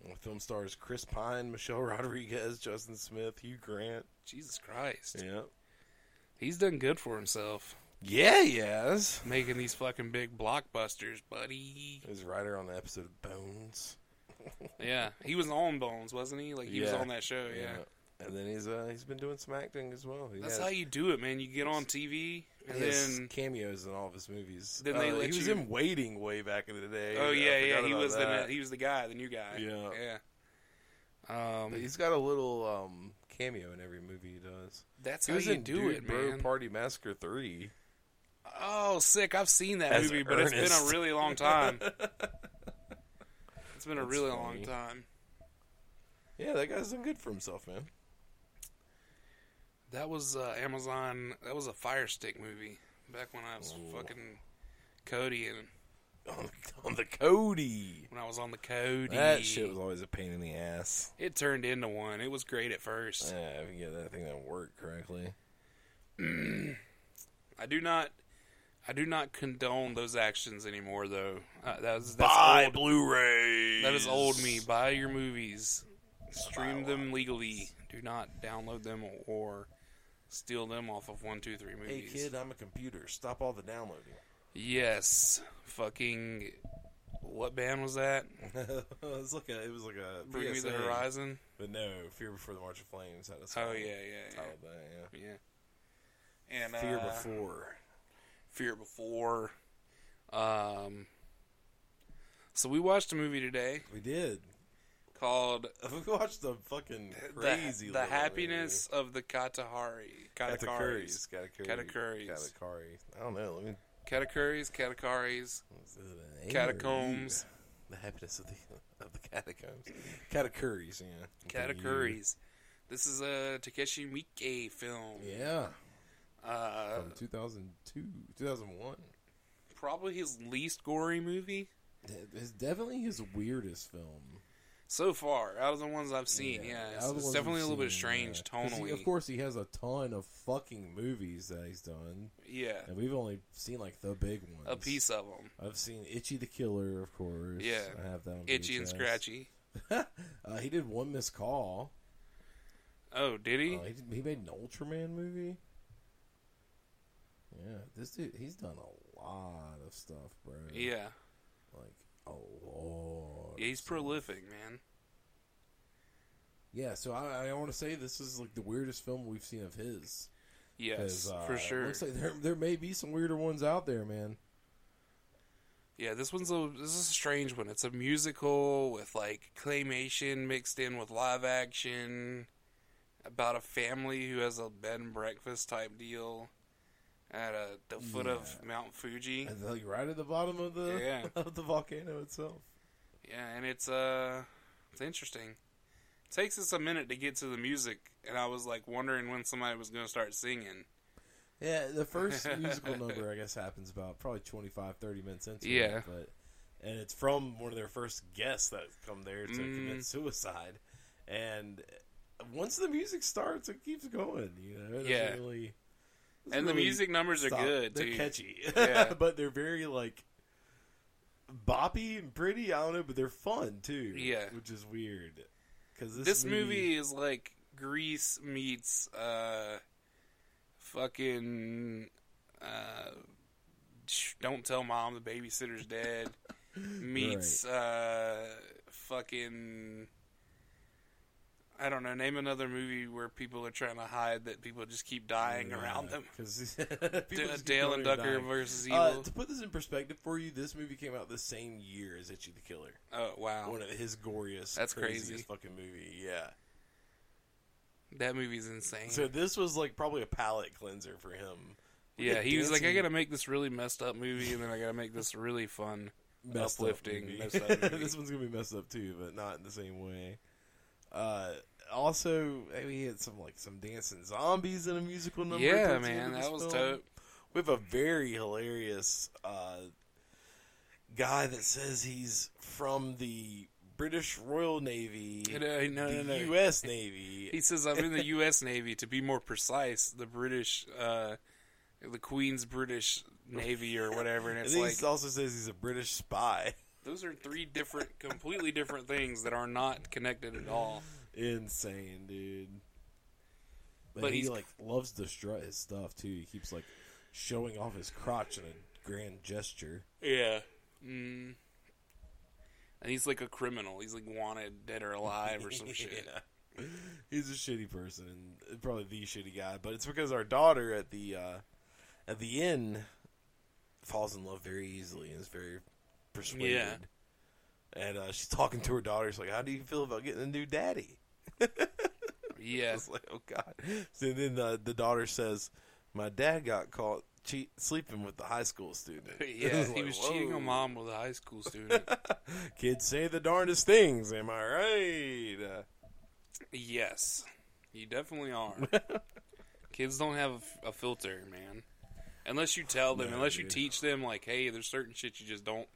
Speaker 4: And The film stars Chris Pine, Michelle Rodriguez, Justin Smith, Hugh Grant.
Speaker 3: Jesus Christ.
Speaker 4: Yeah.
Speaker 3: He's done good for himself
Speaker 4: Yeah, yes.
Speaker 3: making these fucking big blockbusters, buddy.
Speaker 4: He was a writer on the episode of Bones.
Speaker 3: Yeah, he was on Bones, wasn't he? Like he was
Speaker 4: Yeah.
Speaker 3: on that show. Oh, Yeah,
Speaker 4: And then he's uh, he's been doing some acting as well. He
Speaker 3: that's
Speaker 4: had-
Speaker 3: how you do it, man. You get on TV and
Speaker 4: He has
Speaker 3: then
Speaker 4: cameos in all of his movies.
Speaker 3: Then they
Speaker 4: Uh,
Speaker 3: let
Speaker 4: he was
Speaker 3: you-
Speaker 4: in Waiting way back in the day.
Speaker 3: oh
Speaker 4: I
Speaker 3: yeah, yeah,
Speaker 4: forgot
Speaker 3: he
Speaker 4: about
Speaker 3: was
Speaker 4: that.
Speaker 3: the he was the guy, the new guy.
Speaker 4: Yeah.
Speaker 3: yeah. Um,
Speaker 4: But he's got a little um, cameo in every movie he does.
Speaker 3: that's
Speaker 4: He
Speaker 3: how
Speaker 4: was
Speaker 3: you
Speaker 4: in
Speaker 3: do
Speaker 4: Dude
Speaker 3: it,
Speaker 4: Bro
Speaker 3: man.
Speaker 4: Party Massacre Three.
Speaker 3: Oh, sick! I've seen that
Speaker 4: As
Speaker 3: movie, but it's been a
Speaker 4: Ernest.
Speaker 3: really long time. it's been a
Speaker 4: That's
Speaker 3: really long
Speaker 4: funny.
Speaker 3: time.
Speaker 4: Yeah, that guy's done good for himself, man.
Speaker 3: That was uh, Amazon. That was a Fire Stick movie back when I was
Speaker 4: Ooh.
Speaker 3: fucking Cody and
Speaker 4: On, on the Cody.
Speaker 3: when I was on the Cody.
Speaker 4: That shit was always a pain in the ass.
Speaker 3: It turned into one. It was great at first.
Speaker 4: Yeah, if you get that thing to work correctly.
Speaker 3: I do not. I do not condone those actions anymore, though. Uh, that was, that's old.
Speaker 4: Blu-ray.
Speaker 3: That is old me. Buy your movies. Stream them legally. Do not download them or steal them off of one, two, three
Speaker 4: Hey
Speaker 3: movies.
Speaker 4: kid, I'm a computer. Stop all the downloading.
Speaker 3: Yes. Fucking. What band was that?
Speaker 4: it was like a, it was like a
Speaker 3: Bring Me the
Speaker 4: PSA.
Speaker 3: Horizon.
Speaker 4: But no, Fear Before the March of Flames had a song.
Speaker 3: Oh yeah, yeah,
Speaker 4: titled that,
Speaker 3: yeah. yeah. And
Speaker 4: yeah. Fear
Speaker 3: uh,
Speaker 4: Before.
Speaker 3: Fear Before. Um. So we watched a movie today
Speaker 4: We did.
Speaker 3: called
Speaker 4: We watched the fucking
Speaker 3: The-
Speaker 4: crazy.
Speaker 3: The,
Speaker 4: little
Speaker 3: happiness of the Katahari.
Speaker 4: movie.
Speaker 3: Katakaris.
Speaker 4: Katakaris. Katakuri.
Speaker 3: Katakaris.
Speaker 4: Katakari. I don't know. Let me.
Speaker 3: Katakaris, Katakaris.
Speaker 4: is it an A or a
Speaker 3: Catacombs.
Speaker 4: U? The happiness of the of the catacombs. Katakuris. Yeah.
Speaker 3: Katakuris. This is a Takeshi Miike film.
Speaker 4: Yeah.
Speaker 3: Uh,
Speaker 4: From 2002, 2001.
Speaker 3: probably his least gory movie
Speaker 4: It's definitely his weirdest film.
Speaker 3: so far out of the ones I've seen. Yeah, it's,
Speaker 4: I
Speaker 3: it's
Speaker 4: wasn't
Speaker 3: definitely a little bit
Speaker 4: seeing
Speaker 3: strange
Speaker 4: that. 'Cause he-
Speaker 3: tonally.
Speaker 4: of course, he has a ton of fucking movies that he's done,
Speaker 3: yeah,
Speaker 4: and we've only seen like the big ones.
Speaker 3: a piece of them.
Speaker 4: I've seen Itchy the Killer, of course.
Speaker 3: Yeah.
Speaker 4: I have that. On
Speaker 3: Itchy and
Speaker 4: VHS.
Speaker 3: scratchy.
Speaker 4: Uh, he did one missed call.
Speaker 3: Oh, did he?
Speaker 4: Uh, he, did- he made an Ultraman movie. Yeah, this dude, he's done a lot of stuff, bro.
Speaker 3: yeah.
Speaker 4: like a lot.
Speaker 3: yeah, he's prolific, man.
Speaker 4: Yeah, so I, I want to say this is like the weirdest film we've seen of his.
Speaker 3: Yes,
Speaker 4: 'Cause, uh,
Speaker 3: for
Speaker 4: it
Speaker 3: sure.
Speaker 4: Looks like there there may be some weirder ones out there, man.
Speaker 3: yeah, this one's a this is a strange one. It's a musical with like claymation mixed in with live action about a family who has a bed and breakfast type deal at a, the foot of Mount Fuji.
Speaker 4: And they're, like right at the bottom of the
Speaker 3: Mm-hmm. Yeah.
Speaker 4: of the volcano itself.
Speaker 3: Yeah, and it's uh it's interesting. takes us a minute to get to the music, and I was like wondering when somebody was going to start singing.
Speaker 4: Yeah, the first musical number I guess happens about probably 25, 30 minutes into
Speaker 3: Yeah.
Speaker 4: it. But and it's from one of their first guests that come there to
Speaker 3: Mm.
Speaker 4: commit suicide. And once the music starts, it keeps going. You know, It doesn't
Speaker 3: Yeah.
Speaker 4: really. doesn't
Speaker 3: And the
Speaker 4: really
Speaker 3: music numbers are
Speaker 4: stop.
Speaker 3: good
Speaker 4: They're
Speaker 3: too.
Speaker 4: catchy,
Speaker 3: Yeah.
Speaker 4: but they're very like boppy and pretty. I don't know, but they're fun too.
Speaker 3: Yeah.
Speaker 4: which is weird because this,
Speaker 3: This movie is like Grease meets uh Fucking. Uh, sh- don't tell mom the babysitter's dead. Meets uh, fucking. I don't know. Name another movie where people are trying to hide that people just keep dying around them.
Speaker 4: because
Speaker 3: D- Dale and Ducker versus Evil.
Speaker 4: Uh, to put this in perspective for you, this movie came out the same year as Itchy the Killer.
Speaker 3: oh wow,
Speaker 4: One of his goriest,
Speaker 3: That's
Speaker 4: craziest
Speaker 3: crazy.
Speaker 4: fucking movie. Yeah.
Speaker 3: that movie's insane.
Speaker 4: So this was like probably a palate cleanser for him.
Speaker 3: yeah, he was like, I
Speaker 4: dancing-
Speaker 3: gotta make this really messed up movie, and then I gotta make this really fun.
Speaker 4: Messed up
Speaker 3: Uplifting,
Speaker 4: movie.
Speaker 3: messed up movie.
Speaker 4: this one's gonna be messed up too, but not in the same way. Uh, also, I mean, he had some like some dancing zombies in a musical number.
Speaker 3: yeah,
Speaker 4: towards the
Speaker 3: man,
Speaker 4: end of this
Speaker 3: that was
Speaker 4: film.
Speaker 3: dope.
Speaker 4: We have a very hilarious uh, guy that says he's from the British Royal Navy,
Speaker 3: No, no, no,
Speaker 4: the
Speaker 3: no.
Speaker 4: U.S. Navy.
Speaker 3: He says, "I'm in the U.S. Navy. To be more precise, the British, uh, the Queen's British Navy or whatever." And
Speaker 4: and
Speaker 3: it's
Speaker 4: then
Speaker 3: like
Speaker 4: he also says he's a British spy.
Speaker 3: those are three different, completely different things that are not connected at all.
Speaker 4: Insane, dude. But,
Speaker 3: But
Speaker 4: he
Speaker 3: he's-
Speaker 4: like loves to strut his stuff too. He keeps like showing off his crotch in a grand gesture.
Speaker 3: Yeah. Mm. And he's like a criminal. He's like wanted, dead or alive, or some shit.
Speaker 4: Yeah. He's a shitty person, and probably the shitty guy. But it's because our daughter at the uh, at the inn falls in love very easily and is very persuaded.
Speaker 3: Yeah.
Speaker 4: And uh, she's talking to her daughter. She's like, "How do you feel about getting a new daddy?"
Speaker 3: Yeah.
Speaker 4: It's like, "Oh God." So then uh, the the daughter says, "My dad got caught cheat sleeping with the high school student."
Speaker 3: Yeah,
Speaker 4: It's
Speaker 3: he
Speaker 4: like,
Speaker 3: was cheating
Speaker 4: "Whoa."
Speaker 3: on mom with a high school student.
Speaker 4: Kids say the darndest things. Am I right? Uh,
Speaker 3: yes, you definitely are. Kids don't have a filter, man. Unless you tell them,
Speaker 4: No,
Speaker 3: unless you
Speaker 4: dude.
Speaker 3: teach them, like, hey, there's certain shit you just don't.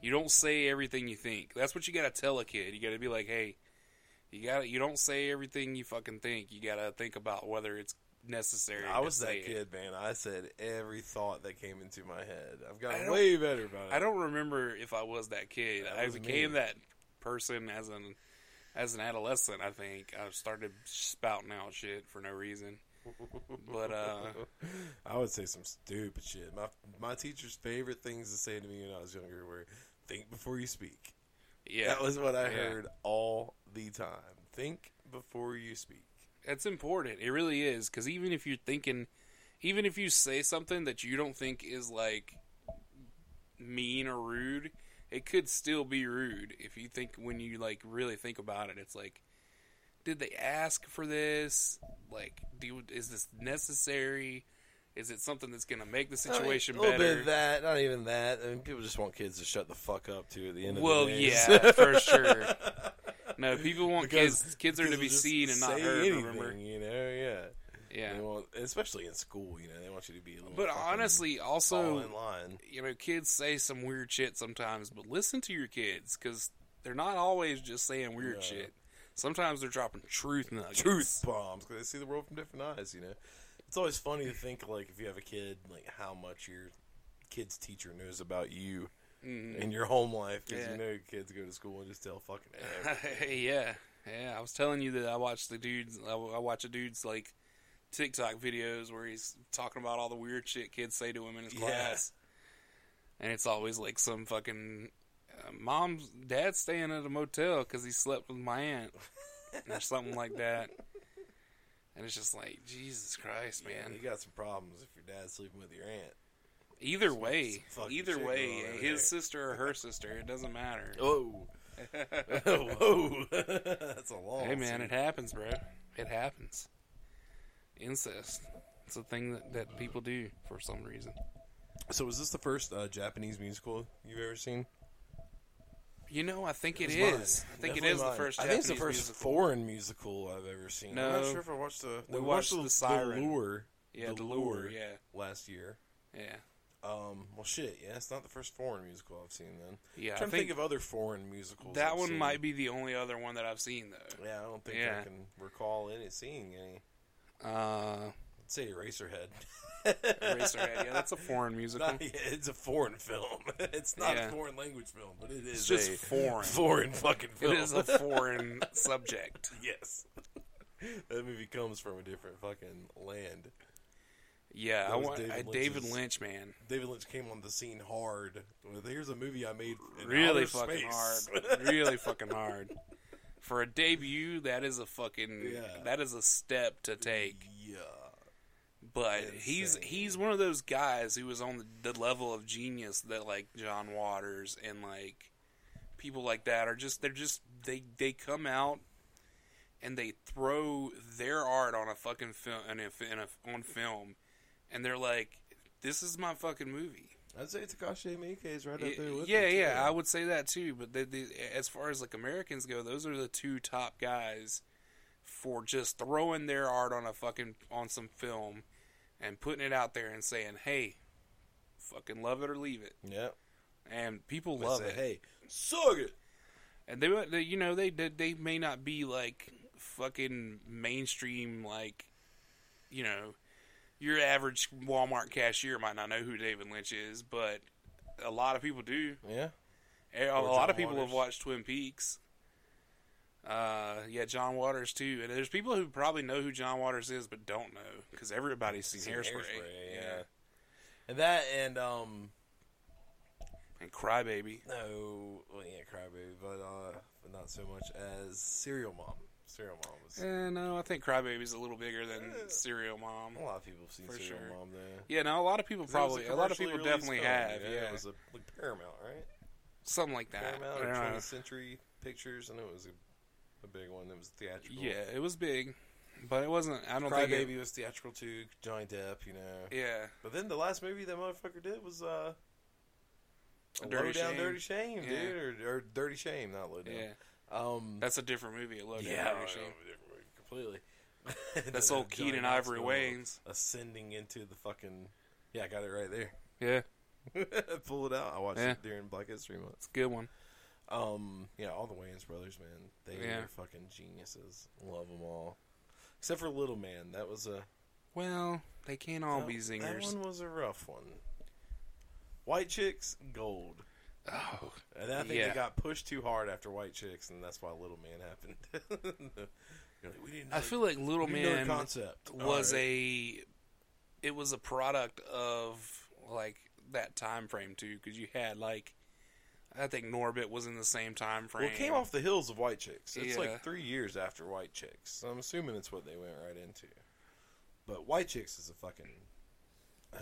Speaker 3: You don't say everything you think. That's what you gotta tell a kid. You gotta be like, hey, you gotta. You don't say everything you fucking think. You gotta think about whether it's necessary.
Speaker 4: I
Speaker 3: to
Speaker 4: was
Speaker 3: say
Speaker 4: that
Speaker 3: it.
Speaker 4: kid, man. I said every thought that came into my head. I've
Speaker 3: I
Speaker 4: gotten
Speaker 3: don't-
Speaker 4: way better about it.
Speaker 3: I don't remember if I was that kid.
Speaker 4: That
Speaker 3: I
Speaker 4: was
Speaker 3: became
Speaker 4: me.
Speaker 3: that person as an as an adolescent. I think I started spouting out shit for no reason. But uh,
Speaker 4: I would say some stupid shit. My my teacher's favorite things to say to me when I was younger were "Think before you speak."
Speaker 3: yeah,
Speaker 4: That was what I
Speaker 3: Yeah.
Speaker 4: heard all the time. Think before you speak.
Speaker 3: that's important. It really is because even if you're thinking, even if you say something that you don't think is like mean or rude, it could still be rude if you think when you like really think about it. It's like, did they ask for this? Like, do you- is this necessary? Is it something that's going to make the situation
Speaker 4: a little bit
Speaker 3: better?
Speaker 4: of that, not even that. I mean, people just want kids to shut the fuck up to at the end of
Speaker 3: well,
Speaker 4: the day.
Speaker 3: yeah, for sure. No, people want
Speaker 4: Because-
Speaker 3: kids. Kids are
Speaker 4: because
Speaker 3: to
Speaker 4: they'll
Speaker 3: be
Speaker 4: just
Speaker 3: seen and not
Speaker 4: say
Speaker 3: heard.
Speaker 4: anything,
Speaker 3: Remember?
Speaker 4: you know, yeah.
Speaker 3: Yeah.
Speaker 4: They want, especially in school, you know, they want you to be a little.
Speaker 3: But
Speaker 4: fucking
Speaker 3: honestly,
Speaker 4: fall
Speaker 3: also
Speaker 4: in line.
Speaker 3: you know, kids say some weird shit sometimes, but listen to your kids because they're not always just saying weird
Speaker 4: No.
Speaker 3: shit. Sometimes they're dropping truth nuggets.
Speaker 4: truth bombs because they see the world from different eyes. You know, it's always funny to think like if you have a kid, like how much your kid's teacher knows about you and your home life because
Speaker 3: Mm-hmm. Yeah.
Speaker 4: you know kids go to school and just tell fucking everything.
Speaker 3: yeah, yeah. I was telling you that I watched the dudes. I, I watch a dude's like TikTok videos where he's talking about all the weird shit kids say to him in his
Speaker 4: Yeah.
Speaker 3: class, and it's always like some fucking uh, mom's dad's staying at a motel because he slept with my aunt or something like that. And it's just like Jesus Christ, man.
Speaker 4: man, you got some problems if your dad's sleeping with your aunt.
Speaker 3: Either way,
Speaker 4: fucking
Speaker 3: either
Speaker 4: shit
Speaker 3: way,
Speaker 4: going on over
Speaker 3: his
Speaker 4: there.
Speaker 3: sister or her sister, it doesn't matter.
Speaker 4: Oh, whoa, that's a long.
Speaker 3: hey man, it happens, bro. It happens. Incest. It's a thing that, that people do for some reason.
Speaker 4: So was this the first uh, Japanese musical you've ever seen?
Speaker 3: You know, I think it
Speaker 4: It's
Speaker 3: is.
Speaker 4: mine.
Speaker 3: I think
Speaker 4: Definitely
Speaker 3: it is
Speaker 4: mine.
Speaker 3: the first.
Speaker 4: I
Speaker 3: Japanese
Speaker 4: think it's the first
Speaker 3: musical.
Speaker 4: foreign musical I've ever seen. I'm
Speaker 3: No.
Speaker 4: not sure if I watched the.
Speaker 3: We watched The Siren.
Speaker 4: Lure.
Speaker 3: Yeah, The Lure, yeah.
Speaker 4: Last year.
Speaker 3: Yeah,
Speaker 4: Um. Well, shit. Yeah, it's not the first foreign musical I've seen. Then.
Speaker 3: Yeah, I
Speaker 4: I'm trying to think,
Speaker 3: think
Speaker 4: of other foreign musicals.
Speaker 3: that
Speaker 4: I've
Speaker 3: one
Speaker 4: seen.
Speaker 3: might be the only other one that I've seen though.
Speaker 4: Yeah, I don't think
Speaker 3: Yeah.
Speaker 4: I can recall any seeing any.
Speaker 3: Uh,
Speaker 4: I'd say Eraserhead.
Speaker 3: Eraserhead. yeah, that's a foreign musical.
Speaker 4: Not- yeah, it's a foreign film. It's not
Speaker 3: Yeah.
Speaker 4: a foreign language film, but it is
Speaker 3: It's just
Speaker 4: a
Speaker 3: foreign.
Speaker 4: foreign fucking
Speaker 3: It
Speaker 4: film.
Speaker 3: is a foreign subject.
Speaker 4: yes. That movie comes from a different fucking land.
Speaker 3: Yeah,
Speaker 4: That
Speaker 3: I
Speaker 4: was
Speaker 3: want
Speaker 4: David
Speaker 3: David,
Speaker 4: Lynch's-
Speaker 3: David Lynch, man.
Speaker 4: David Lynch came on the scene hard. with, Here's a movie I made in
Speaker 3: Really
Speaker 4: outer
Speaker 3: fucking
Speaker 4: space."
Speaker 3: hard. really fucking hard. For a debut, that is a fucking
Speaker 4: Yeah.
Speaker 3: that is a step to take.
Speaker 4: yeah,
Speaker 3: But he's
Speaker 4: Insane.
Speaker 3: he's one of those guys who was on the, the level of genius that like John Waters and like people like that are just they're just they they come out and they throw their art on a fucking film in a, in a, on film and they're like this is my fucking movie.
Speaker 4: I'd say Takashi Miike is right up
Speaker 3: Yeah,
Speaker 4: there with
Speaker 3: yeah,
Speaker 4: him,
Speaker 3: yeah, I
Speaker 4: too.
Speaker 3: would say that too. But they, they, as far as like Americans go, those are the two top guys for just throwing their art on a fucking on some film and putting it out there and saying, "Hey, fucking love it or leave it,"
Speaker 4: yeah.
Speaker 3: and people
Speaker 4: They
Speaker 3: love
Speaker 4: say,
Speaker 3: it.
Speaker 4: Hey, suck it.
Speaker 3: And they, they, you know, they they they may not be like fucking mainstream, like you know, your average Walmart cashier might not know who David Lynch is, but a lot of people do.
Speaker 4: Yeah,
Speaker 3: Eh, A, a
Speaker 4: Or
Speaker 3: lot
Speaker 4: John
Speaker 3: of people have
Speaker 4: Waters.
Speaker 3: watched Twin Peaks. Uh, yeah, John Waters too, and there's people who probably know who John Waters is, but don't know because everybody's seen,
Speaker 4: Seen
Speaker 3: Hairspray,
Speaker 4: Hairspray, yeah. and that and um
Speaker 3: and Crybaby.
Speaker 4: no, well, yeah, Crybaby, but uh, but not so much as Serial Mom. Serial Mom was
Speaker 3: Eh, no, I think Crybaby's a little bigger than Serial Mom.
Speaker 4: a lot of people have seen
Speaker 3: For
Speaker 4: Serial
Speaker 3: sure.
Speaker 4: Mom there.
Speaker 3: Yeah, no, a lot of people
Speaker 4: That was
Speaker 3: probably, a lot of
Speaker 4: commercially
Speaker 3: people
Speaker 4: released
Speaker 3: definitely
Speaker 4: film,
Speaker 3: have, yeah,
Speaker 4: it was a, like Paramount, right?
Speaker 3: something like that. Uh,
Speaker 4: Paramount
Speaker 3: I don't
Speaker 4: or
Speaker 3: know.
Speaker 4: 20th Century Pictures, and it was a, a big one. It was theatrical.
Speaker 3: Yeah, it was big, but it wasn't. I don't think. It,
Speaker 4: Crybaby was theatrical too. Johnny Depp, you know.
Speaker 3: yeah,
Speaker 4: But then the last movie that motherfucker did was uh,
Speaker 3: Dirty
Speaker 4: Low Down
Speaker 3: Shame.
Speaker 4: Dirty Shame,
Speaker 3: Yeah.
Speaker 4: dude, or, or Dirty Shame, not Low Down.
Speaker 3: yeah,
Speaker 4: Um,
Speaker 3: that's a different movie. A low
Speaker 4: yeah,
Speaker 3: yeah,
Speaker 4: I know, different movie, completely.
Speaker 3: that's old
Speaker 4: Johnny
Speaker 3: Keenan
Speaker 4: Knoxville
Speaker 3: Ivory Wayans.
Speaker 4: ascending into the fucking. Yeah, I got it right there.
Speaker 3: Yeah,
Speaker 4: Pull it out. I watched
Speaker 3: Yeah.
Speaker 4: it during Black History Month.
Speaker 3: it's a good one.
Speaker 4: Um, yeah, all the Wayans brothers, man, they
Speaker 3: Yeah.
Speaker 4: are fucking geniuses. Love them all, except for Little Man. That was a
Speaker 3: Well, they can't all
Speaker 4: that-
Speaker 3: be
Speaker 4: That
Speaker 3: zingers.
Speaker 4: one was a rough one. White chicks, gold,
Speaker 3: Oh,
Speaker 4: and I think
Speaker 3: Yeah.
Speaker 4: they got pushed too hard after White chicks, and that's why Little Man happened. You're like, we didn't.
Speaker 3: I feel like Little Man
Speaker 4: concept
Speaker 3: was a it was a product of like that time frame too, because you had like I think Norbit was in the same time frame.
Speaker 4: Well, it came off the hills of White Chicks. It's
Speaker 3: Yeah.
Speaker 4: like three years after White Chicks. So I'm assuming it's what they went right into. But White Chicks is a fucking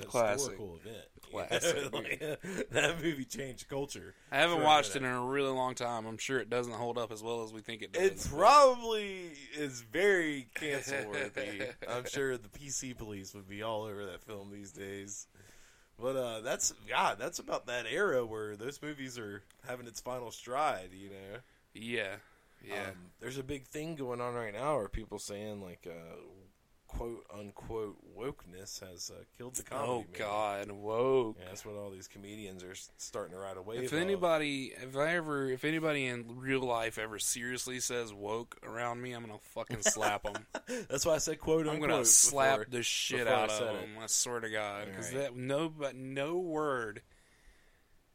Speaker 3: Classic.
Speaker 4: historical event. you
Speaker 3: Classic.
Speaker 4: know? Like, that movie changed culture.
Speaker 3: I haven't
Speaker 4: for a
Speaker 3: watched it in
Speaker 4: minute.
Speaker 3: a really long time. I'm sure it doesn't hold up as well as we think it does.
Speaker 4: It probably is very cancel worthy. I'm sure the PC police would be all over that film these days. But uh, that's God. That's about that era where those movies are having its final stride. You know.
Speaker 3: yeah, yeah,
Speaker 4: Um, there's a big thing going on right now where people saying like uh, quote unquote wokeness has uh, killed the comedy.
Speaker 3: Oh
Speaker 4: man.
Speaker 3: God, woke.
Speaker 4: Yeah, that's what all these comedians are s- starting to ride away.
Speaker 3: If anybody, if I ever, if anybody in real life ever seriously says woke around me, I'm gonna fucking slap them.
Speaker 4: that's why I said quote
Speaker 3: I'm
Speaker 4: unquote.
Speaker 3: gonna slap
Speaker 4: before-
Speaker 3: the shit
Speaker 4: before I
Speaker 3: out of
Speaker 4: said it.
Speaker 3: him. I swear to God, because
Speaker 4: Alright.
Speaker 3: that no, but no word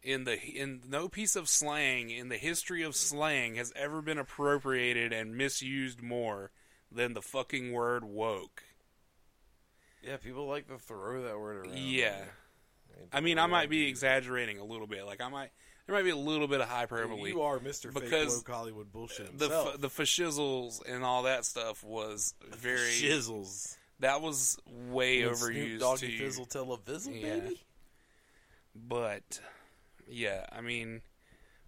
Speaker 3: in the in no piece of slang in the history of slang has ever been appropriated and misused more than the fucking word woke.
Speaker 4: Yeah, people like to throw that word around.
Speaker 3: yeah,
Speaker 4: Oh, man. They
Speaker 3: I mean,
Speaker 4: throw
Speaker 3: I
Speaker 4: it
Speaker 3: might
Speaker 4: around.
Speaker 3: be exaggerating a little bit. Like I might, there might be a little bit of hyperbole.
Speaker 4: You are Mr. Fake
Speaker 3: because
Speaker 4: Woke Hollywood bullshit
Speaker 3: the
Speaker 4: himself.
Speaker 3: f- the fashizzles and all that stuff was very
Speaker 4: shizzles.
Speaker 3: that was way
Speaker 4: When Snoop
Speaker 3: overused too.
Speaker 4: Doggy Fizzle tell a fizzle,
Speaker 3: Yeah.
Speaker 4: baby.
Speaker 3: But yeah, I mean,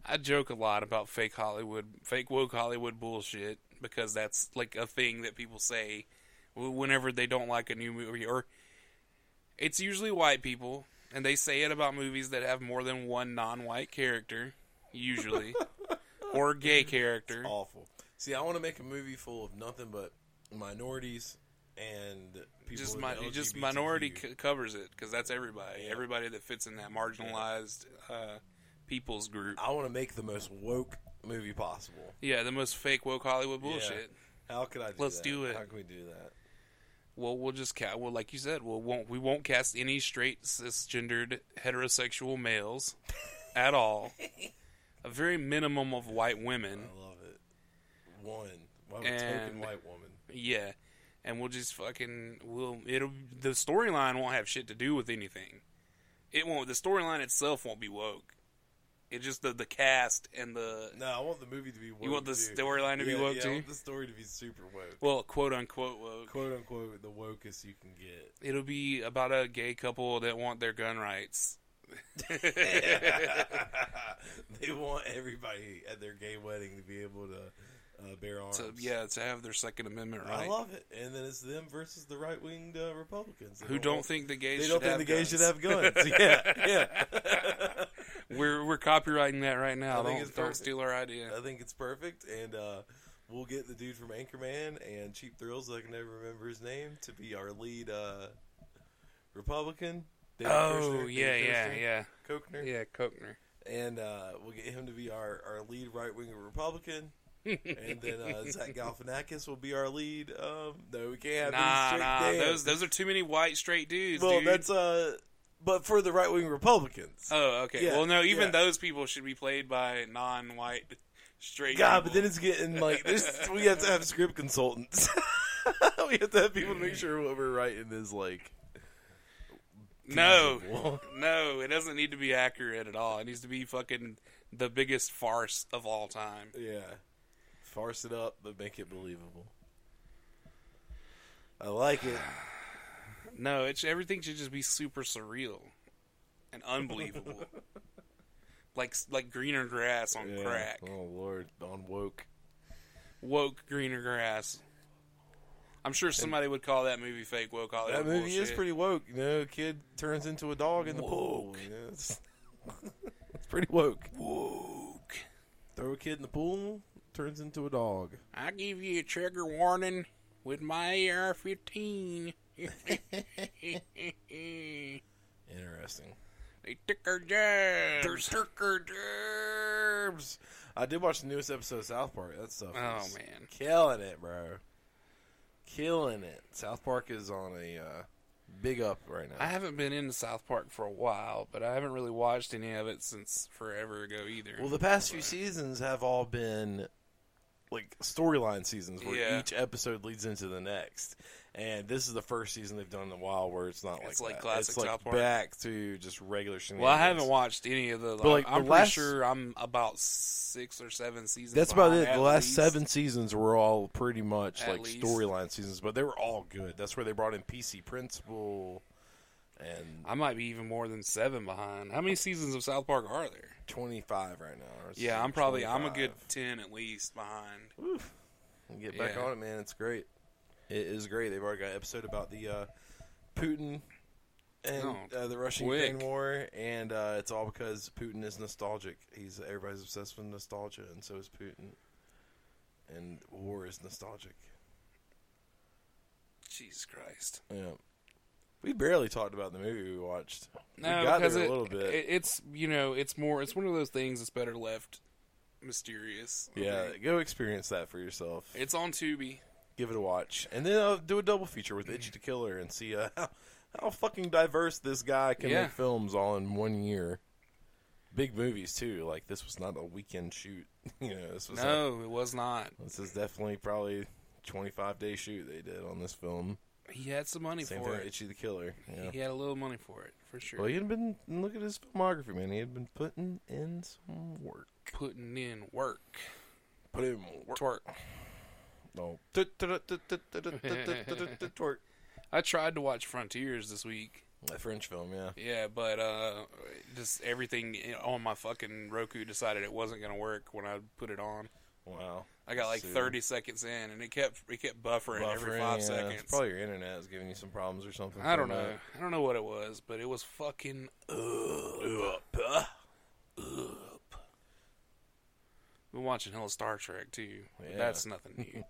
Speaker 3: I joke a lot about fake Hollywood, fake woke Hollywood bullshit because that's like a thing that people say wh- whenever they don't like a new movie or it's usually white people and they say it about movies that have more than one non-white character usually or gay character.
Speaker 4: awful. See, I want to make a movie full of nothing but minorities and people
Speaker 3: just
Speaker 4: in
Speaker 3: my,
Speaker 4: the
Speaker 3: just
Speaker 4: LGBTQ.
Speaker 3: minority c- covers it because that's everybody, everybody that fits in that marginalized uh, people's group.
Speaker 4: I want to make the most woke movie possible.
Speaker 3: Yeah, the most fake woke Hollywood bullshit.
Speaker 4: How could I? Do
Speaker 3: Let's
Speaker 4: that?
Speaker 3: do it.
Speaker 4: How can we do that?
Speaker 3: Well, we'll just cast. Well, like you said, we'll won't we won't cast any straight cisgendered heterosexual males at all. A very minimum of white women.
Speaker 4: I love it. One, one
Speaker 3: And-
Speaker 4: token white woman.
Speaker 3: Yeah, and we'll just fucking we'll it'll the storyline won't have shit to do with anything. It won't. The storyline itself won't be woke. It's just the the cast and the
Speaker 4: No, I want the movie to be woke.
Speaker 3: you want the
Speaker 4: too.
Speaker 3: storyline to be
Speaker 4: Yeah,
Speaker 3: woke
Speaker 4: yeah, I
Speaker 3: too.
Speaker 4: want the story to be super woke.
Speaker 3: Well, quote unquote woke.
Speaker 4: Quote unquote, the wokest you can get.
Speaker 3: It'll be about a gay couple that want their gun rights.
Speaker 4: they want everybody at their gay wedding to be able to uh, bear arms.
Speaker 3: to, yeah, to have their Second Amendment
Speaker 4: I
Speaker 3: right.
Speaker 4: love it. And then it's them versus the right winged uh, Republicans. They
Speaker 3: Who don't
Speaker 4: want-
Speaker 3: think the gays
Speaker 4: they don't
Speaker 3: should
Speaker 4: think
Speaker 3: have
Speaker 4: the gays should
Speaker 3: guns.
Speaker 4: have guns. yeah, yeah.
Speaker 3: We're we're copywriting that right now.
Speaker 4: I think
Speaker 3: Don't,
Speaker 4: it's
Speaker 3: don't
Speaker 4: perfect.
Speaker 3: steal our idea.
Speaker 4: I think it's perfect, and uh, we'll get the dude from Anchorman and Cheap Thrills, that I can never remember his name, to be our lead uh, Republican. David
Speaker 3: Oh
Speaker 4: Kirshner,
Speaker 3: yeah,
Speaker 4: David
Speaker 3: yeah,
Speaker 4: Kirshner,
Speaker 3: yeah,
Speaker 4: Kochner,
Speaker 3: yeah. Kochner.
Speaker 4: and uh, we'll get him to be our, our lead right wing Republican. and then uh, Zach Galifianakis will be our lead. Um, no, we can't have any
Speaker 3: Nah,
Speaker 4: straight
Speaker 3: nah.
Speaker 4: Dan.
Speaker 3: Those those are too many white straight dudes.
Speaker 4: well,
Speaker 3: dude.
Speaker 4: that's uh, but for the right wing Republicans.
Speaker 3: Oh, okay.
Speaker 4: Yeah,
Speaker 3: well, no, even
Speaker 4: yeah.
Speaker 3: those people should be played by non-white straight.
Speaker 4: God, but
Speaker 3: people.
Speaker 4: then it's getting like this. We have to have script consultants. we have to have people to make sure what we're writing is like.
Speaker 3: no,
Speaker 4: feasible.
Speaker 3: no, it doesn't need to be accurate at all. It needs to be fucking the biggest farce of all time.
Speaker 4: Yeah, farce it up, but make it believable. I like it.
Speaker 3: No, it's everything should just be super surreal and unbelievable, like like greener grass on
Speaker 4: Yeah.
Speaker 3: crack,
Speaker 4: Oh Lord, on woke.
Speaker 3: woke greener grass. I'm sure somebody would call that movie fake woke. Call it
Speaker 4: That movie is
Speaker 3: bullshit.
Speaker 4: pretty woke. You know, kid turns into a dog in the pool.
Speaker 3: Woke.
Speaker 4: You know, it's, it's pretty woke.
Speaker 3: woke.
Speaker 4: Throw a kid in the pool, turns into a dog.
Speaker 3: I give you a trigger warning with my AR 15. they
Speaker 4: Interesting.
Speaker 3: took our jobs.
Speaker 4: Berserker Derbs. I did watch the newest episode of South Park. That stuff.
Speaker 3: Oh,
Speaker 4: is
Speaker 3: man.
Speaker 4: killing it, bro. Killing it. South Park is on a uh, big up right now.
Speaker 3: I haven't been into South Park for a while, but I haven't really watched any of it since forever ago either.
Speaker 4: well, the past few seasons have all been like storyline seasons where
Speaker 3: Yeah.
Speaker 4: each episode leads into the next. And this is the first season they've done in a while where it's not like
Speaker 3: It's like
Speaker 4: that.
Speaker 3: classic
Speaker 4: It's like
Speaker 3: South Park.
Speaker 4: back to just regular.
Speaker 3: well, I haven't
Speaker 4: shenanigans.
Speaker 3: watched any of the. Like,
Speaker 4: like,
Speaker 3: I'm
Speaker 4: the
Speaker 3: pretty
Speaker 4: last-
Speaker 3: sure I'm about six or seven seasons.
Speaker 4: That's about
Speaker 3: behind
Speaker 4: it. The
Speaker 3: at
Speaker 4: last
Speaker 3: least.
Speaker 4: seven seasons were all pretty much
Speaker 3: At
Speaker 4: like
Speaker 3: least.
Speaker 4: storyline seasons, but they were all good. That's where they brought in PC Principal and
Speaker 3: I might be even more than seven behind. How many seasons of South Park are there?
Speaker 4: twenty five right now. or
Speaker 3: Yeah,
Speaker 4: s-
Speaker 3: I'm probably I'm a
Speaker 4: 25.
Speaker 3: good ten at least behind.
Speaker 4: Oof. Get back
Speaker 3: Yeah.
Speaker 4: on it, man. It's great. It is great. They've already got an episode about the uh, Putin and
Speaker 3: Oh,
Speaker 4: uh, the Russian
Speaker 3: quick.
Speaker 4: Ukraine war, and uh, it's all because Putin is nostalgic. He's everybody's obsessed with nostalgia, and so is Putin. And war is nostalgic.
Speaker 3: Jesus Christ.
Speaker 4: Yeah. We barely talked about the movie we watched.
Speaker 3: No,
Speaker 4: we got
Speaker 3: because
Speaker 4: there a
Speaker 3: it-
Speaker 4: little bit.
Speaker 3: it- it's you know, it's more. It's one of those things that's better left mysterious. I
Speaker 4: yeah,
Speaker 3: think.
Speaker 4: go experience that for yourself.
Speaker 3: it's on Tubi.
Speaker 4: Give it a watch, and then I'll do a double feature with Itchy to Killer and see uh, how how fucking diverse this guy can
Speaker 3: Yeah.
Speaker 4: make films all in one year. Big movies too. Like this was not a weekend shoot. you know, this was a-
Speaker 3: No, it was not.
Speaker 4: this is definitely probably twenty five day shoot they did on this film.
Speaker 3: He had some money
Speaker 4: Same
Speaker 3: for
Speaker 4: thing, with
Speaker 3: it.
Speaker 4: Itchy the Killer. Yeah.
Speaker 3: He had a little money for it for sure.
Speaker 4: Well, he had been look at his filmography, man. He had been putting in some work.
Speaker 3: Putting in work,
Speaker 4: Put in work.
Speaker 3: twerk.
Speaker 4: No.
Speaker 3: I tried to watch Frontiers this week.
Speaker 4: That French film, yeah.
Speaker 3: Yeah, but uh, just everything on my fucking Roku decided it wasn't gonna work when I put it on.
Speaker 4: Wow.
Speaker 3: I got like
Speaker 4: So-
Speaker 3: 30 seconds in, and it kept it kept buffering, every
Speaker 4: Buffering,
Speaker 3: five
Speaker 4: yeah.
Speaker 3: seconds.
Speaker 4: It's probably your internet is giving you some problems or something.
Speaker 3: I don't
Speaker 4: from
Speaker 3: know. I don't know what it was, but it was fucking
Speaker 4: that. Ugh.
Speaker 3: Been watching hell Star Trek too. but
Speaker 4: Yeah.
Speaker 3: That's nothing new.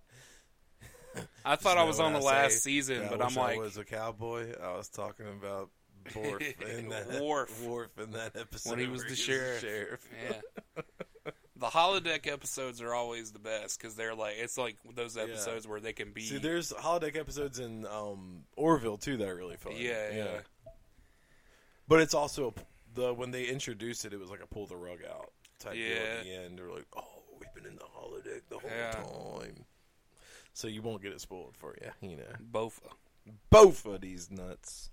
Speaker 3: I thought I
Speaker 4: know
Speaker 3: was
Speaker 4: when
Speaker 3: on the
Speaker 4: I
Speaker 3: last
Speaker 4: say
Speaker 3: season,
Speaker 4: Yeah, I
Speaker 3: but
Speaker 4: wish
Speaker 3: I'm like,
Speaker 4: I was a cowboy. I was talking about Worf in that
Speaker 3: Worf.
Speaker 4: Worf in that episode
Speaker 3: When he was
Speaker 4: where
Speaker 3: the sheriff.
Speaker 4: sheriff.
Speaker 3: yeah. the holodeck episodes are always the best because they're like it's like those episodes where they can be.
Speaker 4: See, there's holodeck episodes in um, Orville too that are really fun.
Speaker 3: yeah, yeah,
Speaker 4: But it's also a p the when they introduced it, it was like a pull the rug out type deal
Speaker 3: Yeah.
Speaker 4: at the end. They're like, "Oh, we've been in the holodeck the whole
Speaker 3: Yeah.
Speaker 4: time." so you won't get it spoiled for you. You know,
Speaker 3: Bofa.
Speaker 4: both of these nuts.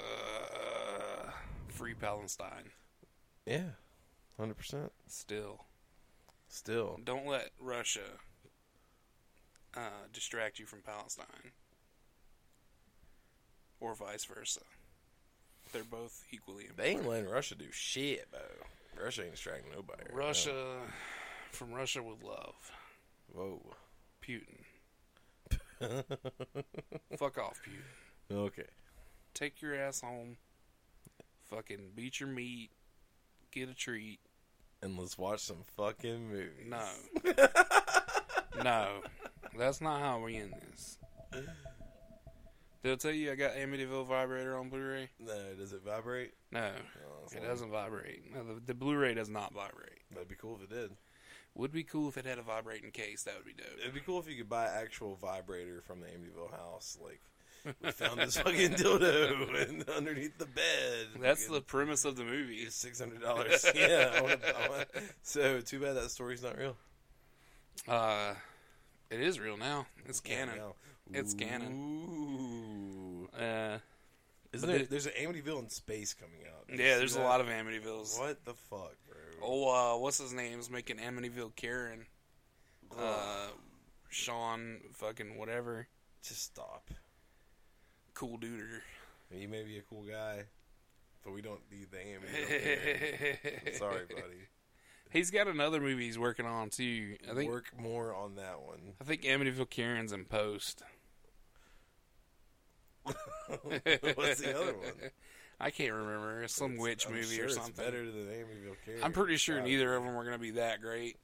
Speaker 3: Uh, Free Palestine.
Speaker 4: Yeah, hundred percent.
Speaker 3: Still,
Speaker 4: Still,
Speaker 3: don't let Russia uh, distract you from Palestine, or vice versa. They're both equally
Speaker 4: they
Speaker 3: important.
Speaker 4: ain't letting Russia do shit, though. Russia ain't distracting nobody. right now.
Speaker 3: Russia, from Russia with love,
Speaker 4: Whoa.
Speaker 3: Putin. Fuck off, Putin.
Speaker 4: Okay.
Speaker 3: Take your ass home. Fucking beat your meat. Get a treat.
Speaker 4: And let's watch some fucking movies.
Speaker 3: No. no. That's not how we end this. They'll tell you I got Amityville vibrator on Blu-ray.
Speaker 4: No, does it vibrate?
Speaker 3: No,
Speaker 4: it's
Speaker 3: it
Speaker 4: not.
Speaker 3: doesn't vibrate. No, the, the Blu-ray does not vibrate.
Speaker 4: That'd be cool if it did.
Speaker 3: Would be cool if it had a vibrating case. That would be dope.
Speaker 4: It'd be cool if you could buy actual vibrator from the Amityville house. Like, we found this fucking dildo and underneath the bed.
Speaker 3: That's the premise of the movie.
Speaker 4: six hundred dollars. Yeah. I wanna, I wanna. So too bad that story's not real.
Speaker 3: Uh, it is real now. It's canon.
Speaker 4: Now.
Speaker 3: It's
Speaker 4: Ooh.
Speaker 3: Uh,
Speaker 4: Isn't
Speaker 3: But
Speaker 4: there,
Speaker 3: they-
Speaker 4: there's an Amityville in space coming out. Did you
Speaker 3: yeah,
Speaker 4: see
Speaker 3: there's a
Speaker 4: that?
Speaker 3: lot of Amityvilles.
Speaker 4: What the fuck, bro?
Speaker 3: Oh, uh, what's his name's making Amityville Karen?
Speaker 4: Oh.
Speaker 3: Uh, Sean fucking whatever.
Speaker 4: Just stop.
Speaker 3: Cool duder.
Speaker 4: You may be a cool guy, but we don't need the Amityville. Karen. I'm Sorry, buddy.
Speaker 3: He's got another movie he's working on too. I think
Speaker 4: Work more on that one.
Speaker 3: I think Amityville Karen's in post.
Speaker 4: What's the other one?
Speaker 3: I can't remember. It's some witch
Speaker 4: I'm
Speaker 3: movie
Speaker 4: sure
Speaker 3: or
Speaker 4: it's
Speaker 3: something.
Speaker 4: better than Amityville Karen.
Speaker 3: I'm pretty sure
Speaker 4: God.
Speaker 3: neither of them are going to be that great.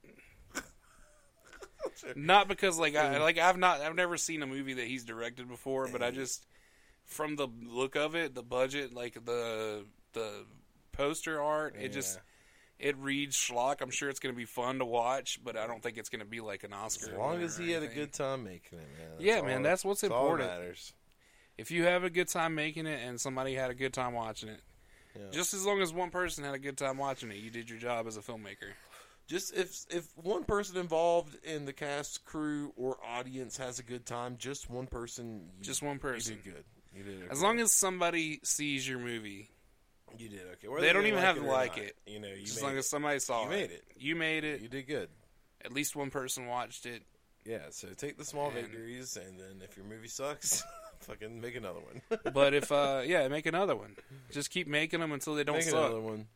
Speaker 3: not because like I
Speaker 4: Mm.
Speaker 3: like I've not I've never seen a movie that he's directed before, but I just from the look of it, the budget, like the the poster art, it just it reads schlock. I'm sure it's going to be fun to watch, but I don't think it's going to be like an Oscar.
Speaker 4: As long
Speaker 3: winner
Speaker 4: as
Speaker 3: or
Speaker 4: he had a
Speaker 3: anything.
Speaker 4: good time making it, man.
Speaker 3: Yeah,
Speaker 4: all-
Speaker 3: man, that's what's
Speaker 4: all that
Speaker 3: important.
Speaker 4: matters.
Speaker 3: If you have a good time making it and somebody had a good time watching it,
Speaker 4: Yeah.
Speaker 3: just as long as one person had a good time watching it, you did your job as a filmmaker.
Speaker 4: Just if if one person involved in the cast, crew, or audience has a good time, just one person, you,
Speaker 3: Just one person.
Speaker 4: you did good. You did okay.
Speaker 3: As long as somebody sees your movie,
Speaker 4: you did okay. Whether
Speaker 3: They
Speaker 4: you
Speaker 3: don't even have to
Speaker 4: or
Speaker 3: like
Speaker 4: not,
Speaker 3: it.
Speaker 4: You know, you
Speaker 3: as
Speaker 4: made
Speaker 3: long
Speaker 4: it.
Speaker 3: as somebody saw
Speaker 4: You
Speaker 3: it,
Speaker 4: made it.
Speaker 3: you made
Speaker 4: you
Speaker 3: it.
Speaker 4: did good.
Speaker 3: At least one person watched it.
Speaker 4: Yeah, so take the small
Speaker 3: And-
Speaker 4: victories, and then if your movie sucks, fucking make another one.
Speaker 3: But if uh, yeah, make another one. Just keep making them until they don't
Speaker 4: make
Speaker 3: suck.
Speaker 4: another one.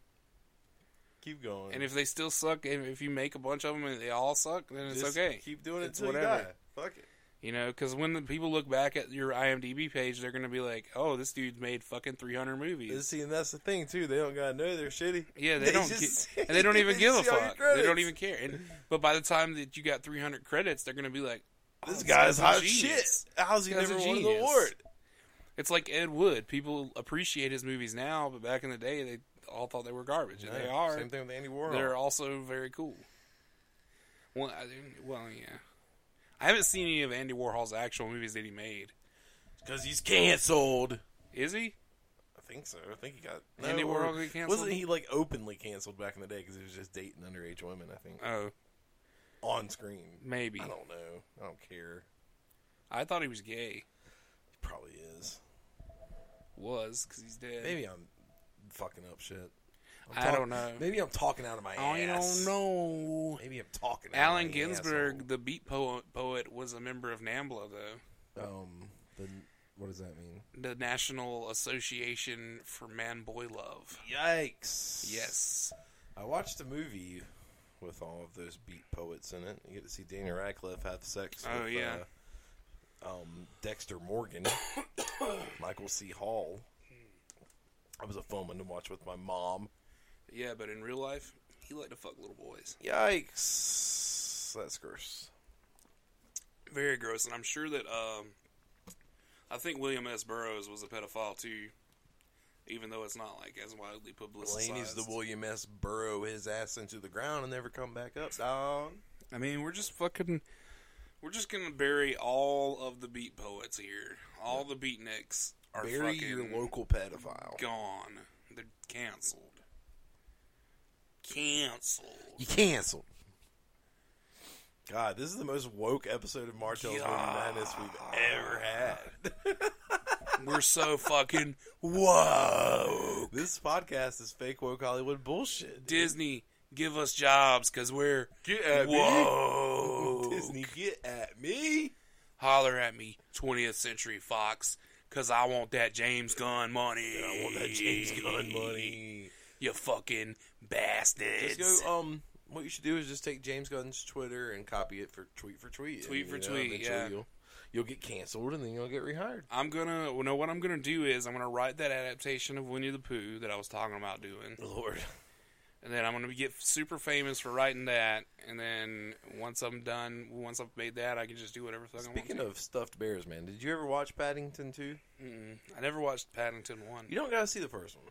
Speaker 4: Keep going.
Speaker 3: And if they still suck, and if you make a bunch of them and they all suck, then it's
Speaker 4: Just
Speaker 3: okay.
Speaker 4: Keep doing it
Speaker 3: It's
Speaker 4: till you die.
Speaker 3: whatever.
Speaker 4: Fuck it.
Speaker 3: You know, because when the people look back at your IMDb page, they're gonna be like, "Oh, this dude's made fucking 300 movies."
Speaker 4: And see, and that's the thing too. They don't gotta know they're shitty.
Speaker 3: Yeah, they, don't,
Speaker 4: just
Speaker 3: ca- and they don't even
Speaker 4: they
Speaker 3: give a
Speaker 4: see all your
Speaker 3: fuck. They don't
Speaker 4: credits.
Speaker 3: even care. And, but by the time that you got 300 credits, they're gonna be like, oh,
Speaker 4: This guy's hot
Speaker 3: a
Speaker 4: shit.
Speaker 3: genius.
Speaker 4: How's he
Speaker 3: This guy's
Speaker 4: never
Speaker 3: a
Speaker 4: won an
Speaker 3: genius.
Speaker 4: award?
Speaker 3: It's like Ed Wood. People appreciate his movies now, but back in the day, they all thought they were garbage, and they
Speaker 4: Yeah,
Speaker 3: are.
Speaker 4: Same thing with Andy Warhol.
Speaker 3: They're also very cool. Well, I, didn't- well, yeah. I haven't seen any of Andy Warhol's actual movies that he made.
Speaker 4: Because he's canceled.
Speaker 3: Is he?
Speaker 4: I think so. I think he got
Speaker 3: Andy
Speaker 4: no,
Speaker 3: Warhol
Speaker 4: or-
Speaker 3: got canceled?
Speaker 4: Wasn't he like openly canceled back in the day because he was just dating underage women? I think
Speaker 3: Oh,
Speaker 4: on screen.
Speaker 3: maybe.
Speaker 4: I
Speaker 3: I,
Speaker 4: don't know. I don't care.
Speaker 3: thought he was gay.
Speaker 4: He probably is.
Speaker 3: Was because he's dead.
Speaker 4: Maybe I'm fucking up shit. I'm
Speaker 3: I don't know.
Speaker 4: Maybe I'm talking out of my
Speaker 3: I
Speaker 4: ass.
Speaker 3: don't know.
Speaker 4: Maybe I'm talking. out of
Speaker 3: Allen
Speaker 4: my
Speaker 3: Ginsberg, the beat poet, poet, was a member of NAMBLA, though
Speaker 4: asshole. Um, the, what does that mean?
Speaker 3: the National Association for Man Boy Love.
Speaker 4: Yikes!
Speaker 3: Yes.
Speaker 4: I watched a movie with all of those beat poets in it. You get to see Daniel Radcliffe have sex.
Speaker 3: Oh,
Speaker 4: with,
Speaker 3: yeah.
Speaker 4: uh, um, Dexter Morgan, Michael C. Hall. I was a fun one to watch with my mom.
Speaker 3: Yeah, but in real life, he liked to fuck little boys.
Speaker 4: Yikes! That's gross.
Speaker 3: Very gross, and I'm sure that um, I think William S. Burroughs was a pedophile too, even though it's not like as widely publicized.
Speaker 4: Laney's the William S. Burrow his ass into the ground and never come back up, dog.
Speaker 3: I mean, we're just fucking. We're just gonna bury all of the beat poets here. All the beatniks are
Speaker 4: Bury
Speaker 3: fucking
Speaker 4: your local pedophile.
Speaker 3: gone. They're canceled. Canceled.
Speaker 4: You canceled. God, this is the most woke episode of Martell's Movie Madness we've ever had.
Speaker 3: We're so fucking whoa.
Speaker 4: This podcast is fake woke Hollywood bullshit.
Speaker 3: Disney, give us jobs because we're
Speaker 4: Get at me.
Speaker 3: whoa.
Speaker 4: Disney, get at me.
Speaker 3: Holler at me, 20th Century Fox, because I want that James Gunn money.
Speaker 4: I want that James Gunn money.
Speaker 3: You fucking bastards.
Speaker 4: Just go, um, what you should do is just take James Gunn's Twitter and copy it for tweet for tweet.
Speaker 3: Tweet
Speaker 4: and,
Speaker 3: for
Speaker 4: you know,
Speaker 3: tweet,
Speaker 4: eventually
Speaker 3: yeah.
Speaker 4: You'll, you'll get canceled and then you'll get rehired.
Speaker 3: I'm gonna. Well, no, what I'm gonna do is I'm gonna write that adaptation of Winnie the Pooh that I was talking about doing,
Speaker 4: Lord.
Speaker 3: and then I'm gonna be- get super famous for writing that. And then once I'm done, once I've made that, I can just do whatever fuck
Speaker 4: Speaking
Speaker 3: I want.
Speaker 4: of stuffed bears, man, did you ever watch Paddington 2?
Speaker 3: To. Mm-mm. I never watched Paddington one.
Speaker 4: You don't gotta see the first one.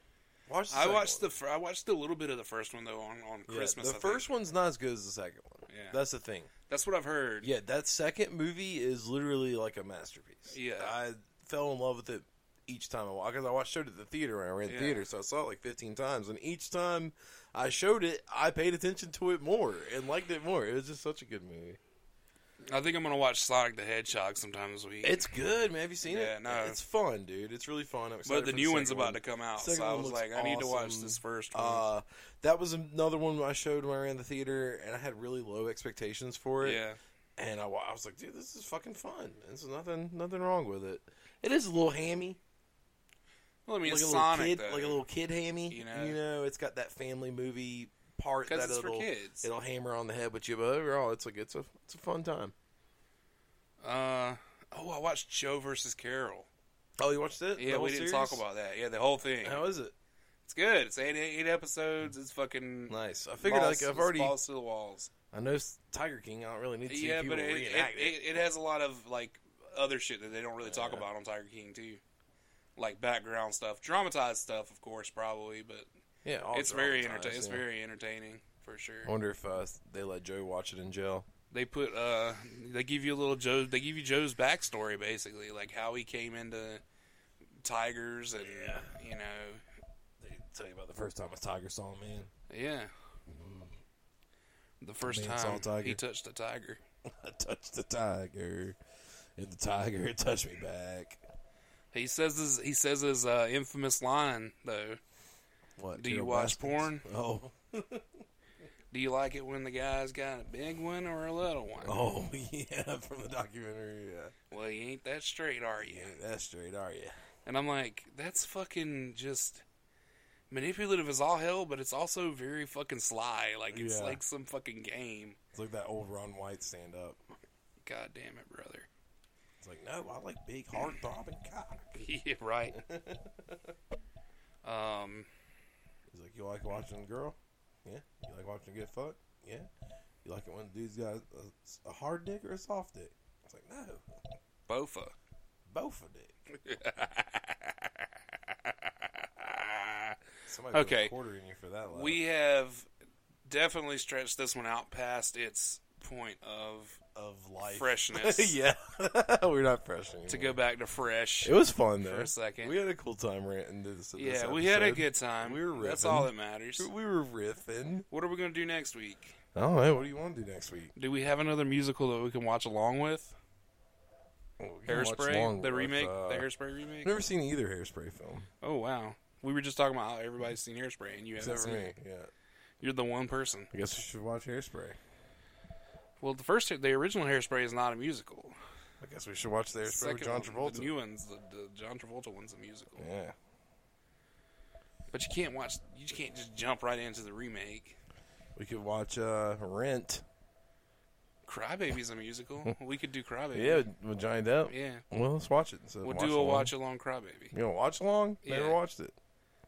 Speaker 4: Watch the
Speaker 3: I
Speaker 4: second
Speaker 3: watched
Speaker 4: one.
Speaker 3: the fir- I watched a little bit of the first one though on on
Speaker 4: Yeah,
Speaker 3: Christmas.
Speaker 4: The first one's not as good as the second one.
Speaker 3: Yeah.
Speaker 4: That's the thing.
Speaker 3: That's what I've heard.
Speaker 4: Yeah, that second movie is literally like a masterpiece.
Speaker 3: Yeah.
Speaker 4: I fell in love with it each time I watched because I watched it at the theater when I ran the
Speaker 3: Yeah.
Speaker 4: theater, so I saw it like fifteen times, and each time I showed it, I paid attention to it more and liked it more. It was just such a good movie.
Speaker 3: I think I'm gonna watch Sonic the Hedgehog sometime this week.
Speaker 4: It's good, man. Have you seen it?
Speaker 3: Yeah, no.
Speaker 4: It's fun, dude. It's really fun. I'm excited
Speaker 3: but the
Speaker 4: for
Speaker 3: new one's
Speaker 4: second
Speaker 3: about
Speaker 4: one.
Speaker 3: to come out,
Speaker 4: Second
Speaker 3: so I
Speaker 4: one
Speaker 3: was
Speaker 4: looks
Speaker 3: like, I need to watch
Speaker 4: awesome.
Speaker 3: this first one.
Speaker 4: Uh, that was another one I showed when I ran the theater, and I had really low expectations for it.
Speaker 3: yeah,
Speaker 4: and I, wa- I was like, dude, this is fucking fun. There's nothing nothing wrong with it. It is a little hammy,
Speaker 3: well, I mean,
Speaker 4: like
Speaker 3: it's
Speaker 4: a
Speaker 3: Sonic,
Speaker 4: little kid,
Speaker 3: though.
Speaker 4: like a little kid hammy.
Speaker 3: You know?
Speaker 4: You know, it's got that family movie part
Speaker 3: 'Cause
Speaker 4: that
Speaker 3: it's for
Speaker 4: it'll
Speaker 3: kids.
Speaker 4: it'll hammer on the head with you. But overall, it's like it's a it's a fun time.
Speaker 3: Uh, oh, I watched Joe versus Carol.
Speaker 4: Oh, you watched it?
Speaker 3: Yeah,
Speaker 4: The whole
Speaker 3: we didn't
Speaker 4: series?
Speaker 3: talk about that. Yeah, the whole thing.
Speaker 4: How is it?
Speaker 3: It's good. It's eight eight episodes. It's fucking.
Speaker 4: Nice. I figured
Speaker 3: balls-
Speaker 4: like I've already
Speaker 3: balls to the walls.
Speaker 4: I know it's Tiger King. I don't really need to see
Speaker 3: Yeah,
Speaker 4: people
Speaker 3: but it it,
Speaker 4: reenact it.
Speaker 3: it it has a lot of like other shit that they don't really talk about on Tiger King too, like background stuff, dramatized stuff, of course, probably, but
Speaker 4: Yeah, all
Speaker 3: it's very
Speaker 4: dramatized,
Speaker 3: entertaining. It's
Speaker 4: yeah.
Speaker 3: very entertaining for sure.
Speaker 4: I wonder if uh, they let Joe watch it in jail.
Speaker 3: They put uh, they give you a little Joe. They give you Joe's backstory basically, like how he came into tigers and you know
Speaker 4: They tell you about the first time a tiger saw a man.
Speaker 3: Yeah. The first
Speaker 4: man saw
Speaker 3: time
Speaker 4: a tiger.
Speaker 3: he touched a tiger.
Speaker 4: I touched the tiger, and the tiger touched me back.
Speaker 3: He says his he says his uh, infamous line though.
Speaker 4: What?
Speaker 3: Do you watch porn?
Speaker 4: Oh,
Speaker 3: Do you like it when the guy's got a big one or a little one?
Speaker 4: oh yeah, from the documentary. Yeah,
Speaker 3: Well, you ain't that straight, are you?
Speaker 4: yeah that's straight, are you?
Speaker 3: And I'm like, that's fucking just manipulative as all hell, but it's also very fucking sly. Like it's
Speaker 4: Yeah.
Speaker 3: like some fucking game.
Speaker 4: It's like that old Ron White stand up.
Speaker 3: God damn it, brother.
Speaker 4: It's like, no, I like big, hard, throbbing cock.
Speaker 3: yeah, right. um,
Speaker 4: He's like, you like watching a girl? Yeah. You like watching her get fucked? Yeah. You like it when the dude's got a, a hard dick or a soft dick? It's like, no,
Speaker 3: Bofa.
Speaker 4: both a dick. Somebody
Speaker 3: Okay.
Speaker 4: put a quarter in you for that. Laugh.
Speaker 3: We have definitely stretched this one out past its point of
Speaker 4: of life
Speaker 3: freshness.
Speaker 4: yeah, we're not fresh anymore.
Speaker 3: to go back to fresh.
Speaker 4: It was fun though.
Speaker 3: a second.
Speaker 4: we had a cool time ranting this. this
Speaker 3: Yeah, we had a
Speaker 4: episode.
Speaker 3: good time.
Speaker 4: We were
Speaker 3: That's
Speaker 4: riffing.
Speaker 3: all that matters.
Speaker 4: We were riffing.
Speaker 3: What are we gonna do next week?
Speaker 4: I don't know. What do you want to do next week?
Speaker 3: Do we have another musical that we can watch along with?
Speaker 4: Well, we can watch
Speaker 3: Hairspray,
Speaker 4: Long
Speaker 3: the
Speaker 4: Walk,
Speaker 3: remake,
Speaker 4: uh,
Speaker 3: the Hairspray remake.
Speaker 4: I've never seen either Hairspray film.
Speaker 3: Oh wow, we were just talking about how everybody's seen Hairspray, and you have
Speaker 4: Except
Speaker 3: never.
Speaker 4: for me. Yeah.
Speaker 3: You're the one person.
Speaker 4: I guess we should watch Hairspray.
Speaker 3: Well, the first, the original Hairspray is not a musical.
Speaker 4: I guess we should watch the Hairspray with
Speaker 3: Second
Speaker 4: John
Speaker 3: one,
Speaker 4: Travolta.
Speaker 3: the new one's the, the John Travolta one's a musical.
Speaker 4: yeah.
Speaker 3: But you can't watch. You just can't just jump right into the remake.
Speaker 4: We could watch uh, Rent.
Speaker 3: Crybaby's a musical. we could do Crybaby.
Speaker 4: Yeah, with Johnny Depp.
Speaker 3: Yeah.
Speaker 4: Well, let's watch it. instead of
Speaker 3: We'll do a
Speaker 4: along.
Speaker 3: watch along Crybaby.
Speaker 4: You know, watch along?
Speaker 3: Yeah.
Speaker 4: Never watched it.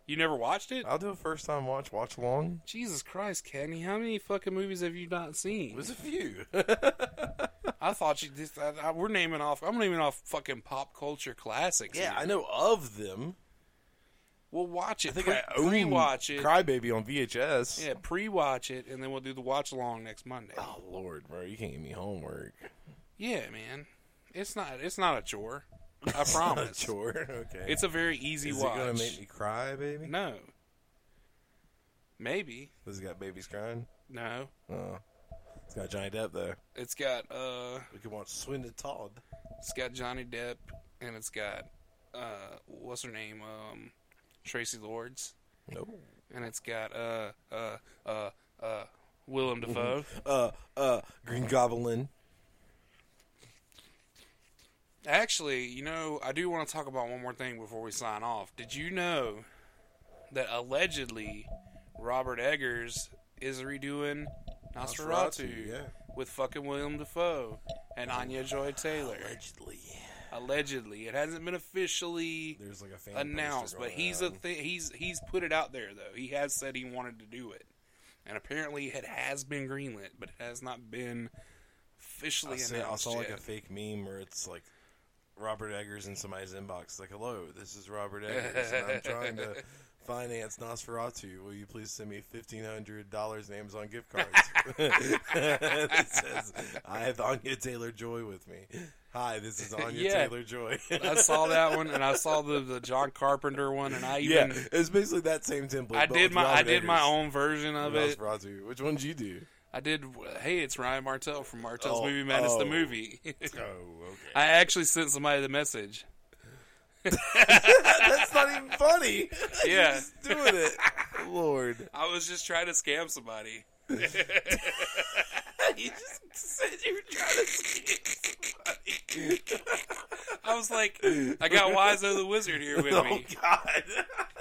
Speaker 3: You never watched it?
Speaker 4: I'll do a first time watch. Watch along.
Speaker 3: Jesus Christ, Kenny! How many fucking movies have you not seen?
Speaker 4: There's a few.
Speaker 3: I thought you. This, I, I, we're naming off. I'm naming off fucking pop culture classics.
Speaker 4: yeah,
Speaker 3: here.
Speaker 4: I know of them.
Speaker 3: We'll watch it.
Speaker 4: I think
Speaker 3: pre,
Speaker 4: I own
Speaker 3: pre-watch it.
Speaker 4: Crybaby on VHS.
Speaker 3: yeah, pre-watch it, and then we'll do the watch along next Monday.
Speaker 4: Oh Lord, bro, you can't give me homework.
Speaker 3: Yeah, man. It's not. It's not a chore. I promise.
Speaker 4: sure. Okay.
Speaker 3: It's a very easy
Speaker 4: Is
Speaker 3: watch.
Speaker 4: it gonna make me cry, baby?
Speaker 3: No. Maybe.
Speaker 4: This has got babies crying.
Speaker 3: No.
Speaker 4: Oh. It's got Johnny Depp there.
Speaker 3: It's got uh,
Speaker 4: We can watch Swindon Todd.
Speaker 3: it's got Johnny Depp, and it's got uh, what's her name? Um, Tracy Lords,
Speaker 4: Nope.
Speaker 3: and it's got uh, uh, uh, uh, Willem Dafoe.
Speaker 4: Uh, uh, Green Goblin.
Speaker 3: Actually, you know, I do want to talk about one more thing before we sign off. Did you know that allegedly Robert Eggers is redoing Nosferatu,
Speaker 4: Nosferatu, yeah.
Speaker 3: with fucking William Defoe and Anya Joy Taylor?
Speaker 4: Allegedly.
Speaker 3: Allegedly, it hasn't been officially
Speaker 4: There's like a fan poster
Speaker 3: announced, but
Speaker 4: going
Speaker 3: he's a
Speaker 4: around.
Speaker 3: thi- he's he's put it out there though. He has said he wanted to do it, and apparently it has been greenlit, but it has not been officially
Speaker 4: I saw, I
Speaker 3: announced
Speaker 4: saw like
Speaker 3: yet.
Speaker 4: a fake meme where it's like Robert Eggers in somebody's inbox. Like, hello, this is Robert Eggers, and I'm trying to finance Nosferatu. Will you please send me fifteen hundred dollars in Amazon gift cards? it says, I have Anya Taylor Joy with me. Hi, this is Anya
Speaker 3: Yeah.
Speaker 4: Taylor Joy.
Speaker 3: I saw that one, and I saw the, the John Carpenter one, and I
Speaker 4: yeah,
Speaker 3: even
Speaker 4: it's basically that same template.
Speaker 3: I
Speaker 4: but
Speaker 3: did
Speaker 4: with
Speaker 3: my I
Speaker 4: Robert
Speaker 3: did my
Speaker 4: Eggers
Speaker 3: own version of
Speaker 4: and
Speaker 3: it.
Speaker 4: Nosferatu. Which one did you do?
Speaker 3: I did. Hey, it's Ryan Martell from Martell's
Speaker 4: Oh,
Speaker 3: Movie Madness, the
Speaker 4: oh.
Speaker 3: movie.
Speaker 4: Oh, okay.
Speaker 3: I actually sent somebody the message.
Speaker 4: That's not even funny.
Speaker 3: Yeah,
Speaker 4: Doing it, Lord.
Speaker 3: I was just trying to scam somebody.
Speaker 4: You just said you were trying to scam somebody.
Speaker 3: I was like, I got Wiseau the Wizard here with
Speaker 4: Oh
Speaker 3: me.
Speaker 4: God!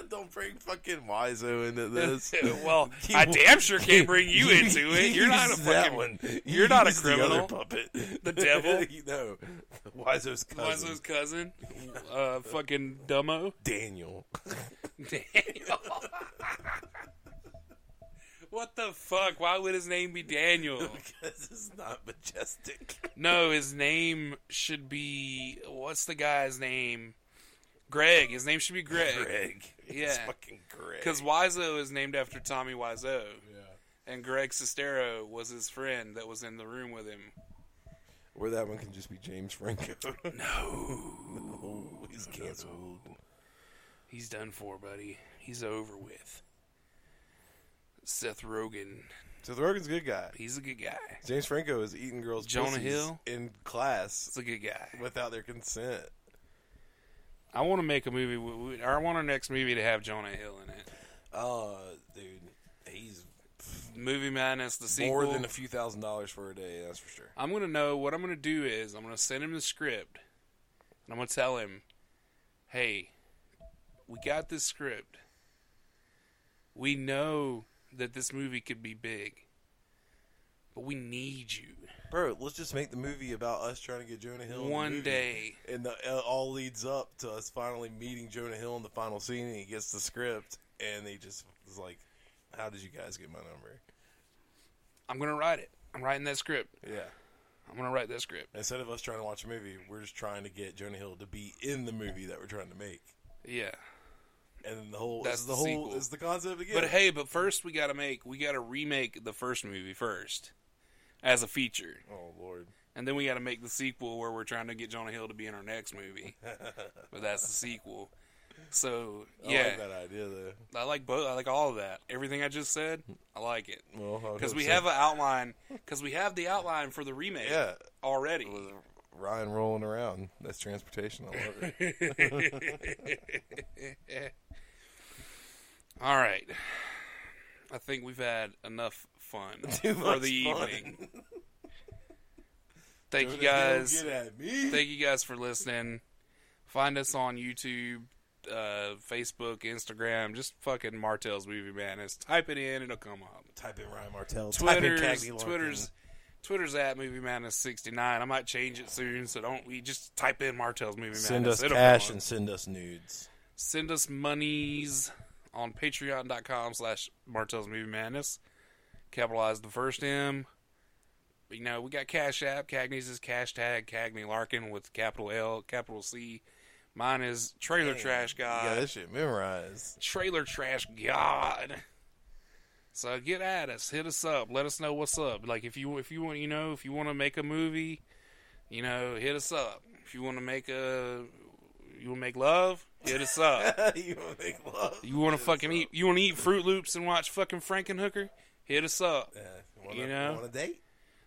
Speaker 4: Don't bring fucking Wiseau into this.
Speaker 3: well,
Speaker 4: He
Speaker 3: I
Speaker 4: will-
Speaker 3: damn sure can't bring you into it. You're not a
Speaker 4: Use that
Speaker 3: fucking
Speaker 4: one.
Speaker 3: you're not a
Speaker 4: Use the other
Speaker 3: criminal.
Speaker 4: puppet.
Speaker 3: The devil.
Speaker 4: no, Wiseau's cousin,
Speaker 3: Wiseau's cousin, uh, fucking Dumbo.
Speaker 4: Daniel.
Speaker 3: Daniel. what the fuck? Why would his name be Daniel?
Speaker 4: Because it's not majestic.
Speaker 3: No, his name should be what's the guy's name? Greg. His name should be Greg.
Speaker 4: Greg. It's
Speaker 3: Yeah.
Speaker 4: fucking Greg.
Speaker 3: Because Wiseau is named after Tommy Wiseau,
Speaker 4: yeah.
Speaker 3: and Greg Sestero was his friend that was in the room with him.
Speaker 4: Or that one can just be James Franco. no. he's canceled.
Speaker 3: He's done for, buddy. He's over with. Seth Rogen.
Speaker 4: So the Rogan's a good guy.
Speaker 3: He's a good guy.
Speaker 4: James Franco is eating girls'
Speaker 3: Jonah
Speaker 4: pussies
Speaker 3: Hill?
Speaker 4: in
Speaker 3: He's
Speaker 4: class
Speaker 3: a good guy.
Speaker 4: without their consent.
Speaker 3: I want to make a movie. with- with- Or I want our next movie to have Jonah Hill in it.
Speaker 4: Oh, dude, he's
Speaker 3: Movie Madness, the sequel.
Speaker 4: more than a few thousand dollars for a day. That's for sure.
Speaker 3: I'm gonna know what I'm gonna do is I'm gonna send him the script, and I'm gonna tell him, "Hey, we got this script. We know that this movie could be big, but we need you
Speaker 4: Bro, let's just make the movie about us trying to get Jonah Hill in the
Speaker 3: one
Speaker 4: movie.
Speaker 3: day."
Speaker 4: and the, it all leads up to us finally meeting Jonah Hill in the final scene, and he gets the script, and he just is like, "How did you guys get my number?"
Speaker 3: I'm gonna write it. I'm writing that script.
Speaker 4: Yeah.
Speaker 3: I'm gonna write that script.
Speaker 4: Instead of us trying to watch a movie, we're just trying to get Jonah Hill to be in the movie that we're trying to make,
Speaker 3: Yeah.
Speaker 4: and then the whole
Speaker 3: That's
Speaker 4: is
Speaker 3: the
Speaker 4: the whole
Speaker 3: sequel.
Speaker 4: is the concept again.
Speaker 3: But hey, but first we gotta make we gotta remake the first movie first as a feature.
Speaker 4: oh lord,
Speaker 3: And then we got to make the sequel where we're trying to get Jonah Hill to be in our next movie. but that's the sequel. So
Speaker 4: I
Speaker 3: yeah,
Speaker 4: like that idea though.
Speaker 3: I like both. I like all of that. Everything I just said, I like it
Speaker 4: Well, I
Speaker 3: because
Speaker 4: hope
Speaker 3: we
Speaker 4: so.
Speaker 3: have an outline. Because we have the outline for the remake
Speaker 4: yeah,
Speaker 3: already.
Speaker 4: Ryan rolling around. That's transportation. I love it.
Speaker 3: All right, I think we've had enough fun
Speaker 4: Too
Speaker 3: for
Speaker 4: much
Speaker 3: the
Speaker 4: fun.
Speaker 3: evening. Thank
Speaker 4: Jonah
Speaker 3: you
Speaker 4: Hill,
Speaker 3: guys.
Speaker 4: get at me.
Speaker 3: thank you guys for listening. Find us on YouTube, uh, Facebook, Instagram. Just fucking Martell's Movie Madness. Type it in, it'll come up.
Speaker 4: Type in Ryan Martell. Type in
Speaker 3: Twitter's
Speaker 4: Cagney Larkin.
Speaker 3: Twitter's Twitter's at Movie Madness sixty nine. I might change it soon, so don't we just type in Martell's Movie
Speaker 4: Send
Speaker 3: Madness.
Speaker 4: us
Speaker 3: it'll
Speaker 4: cash
Speaker 3: come up.
Speaker 4: and send us nudes.
Speaker 3: send us monies on patreon.com slash Martell's Movie Madness. Capitalize the first M. You know, we got Cash App. Cagney's is cash tag Cagney Larkin with capital L, capital C. Mine is Trailer Trash
Speaker 4: You got
Speaker 3: God.
Speaker 4: that shit memorized.
Speaker 3: Trailer Trash God. So get at us, hit us up, let us know what's up. Like if you if you want you know if you want to make a movie, you know hit us up. If you want to make a you want to make love, hit us up.
Speaker 4: you wanna make love?
Speaker 3: You want to fucking eat? You want to eat Fruit Loops and watch fucking Frankenhooker? Hit us up.
Speaker 4: Yeah. Wanna-
Speaker 3: you know?
Speaker 4: wanna date?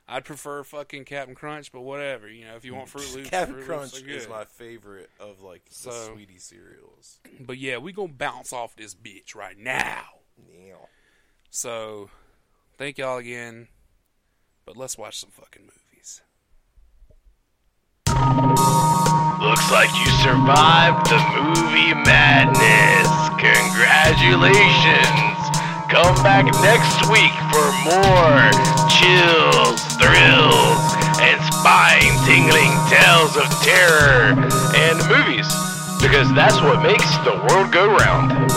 Speaker 3: I'd prefer fucking Captain Crunch, but whatever. You know, if you want Fruit Loops,
Speaker 4: Captain
Speaker 3: Fruit
Speaker 4: Crunch
Speaker 3: Loops are
Speaker 4: is
Speaker 3: good.
Speaker 4: my favorite of like the
Speaker 3: So-
Speaker 4: sweetie cereals.
Speaker 3: But yeah, we gonna bounce off this bitch right now.
Speaker 4: Yeah.
Speaker 3: So, thank y'all again. But let's watch some fucking movies.
Speaker 1: Looks like you survived the movie madness. Congratulations! Come back next week for more chills, thrills, and spine tingling tales of terror and movies, because that's what makes the world go round.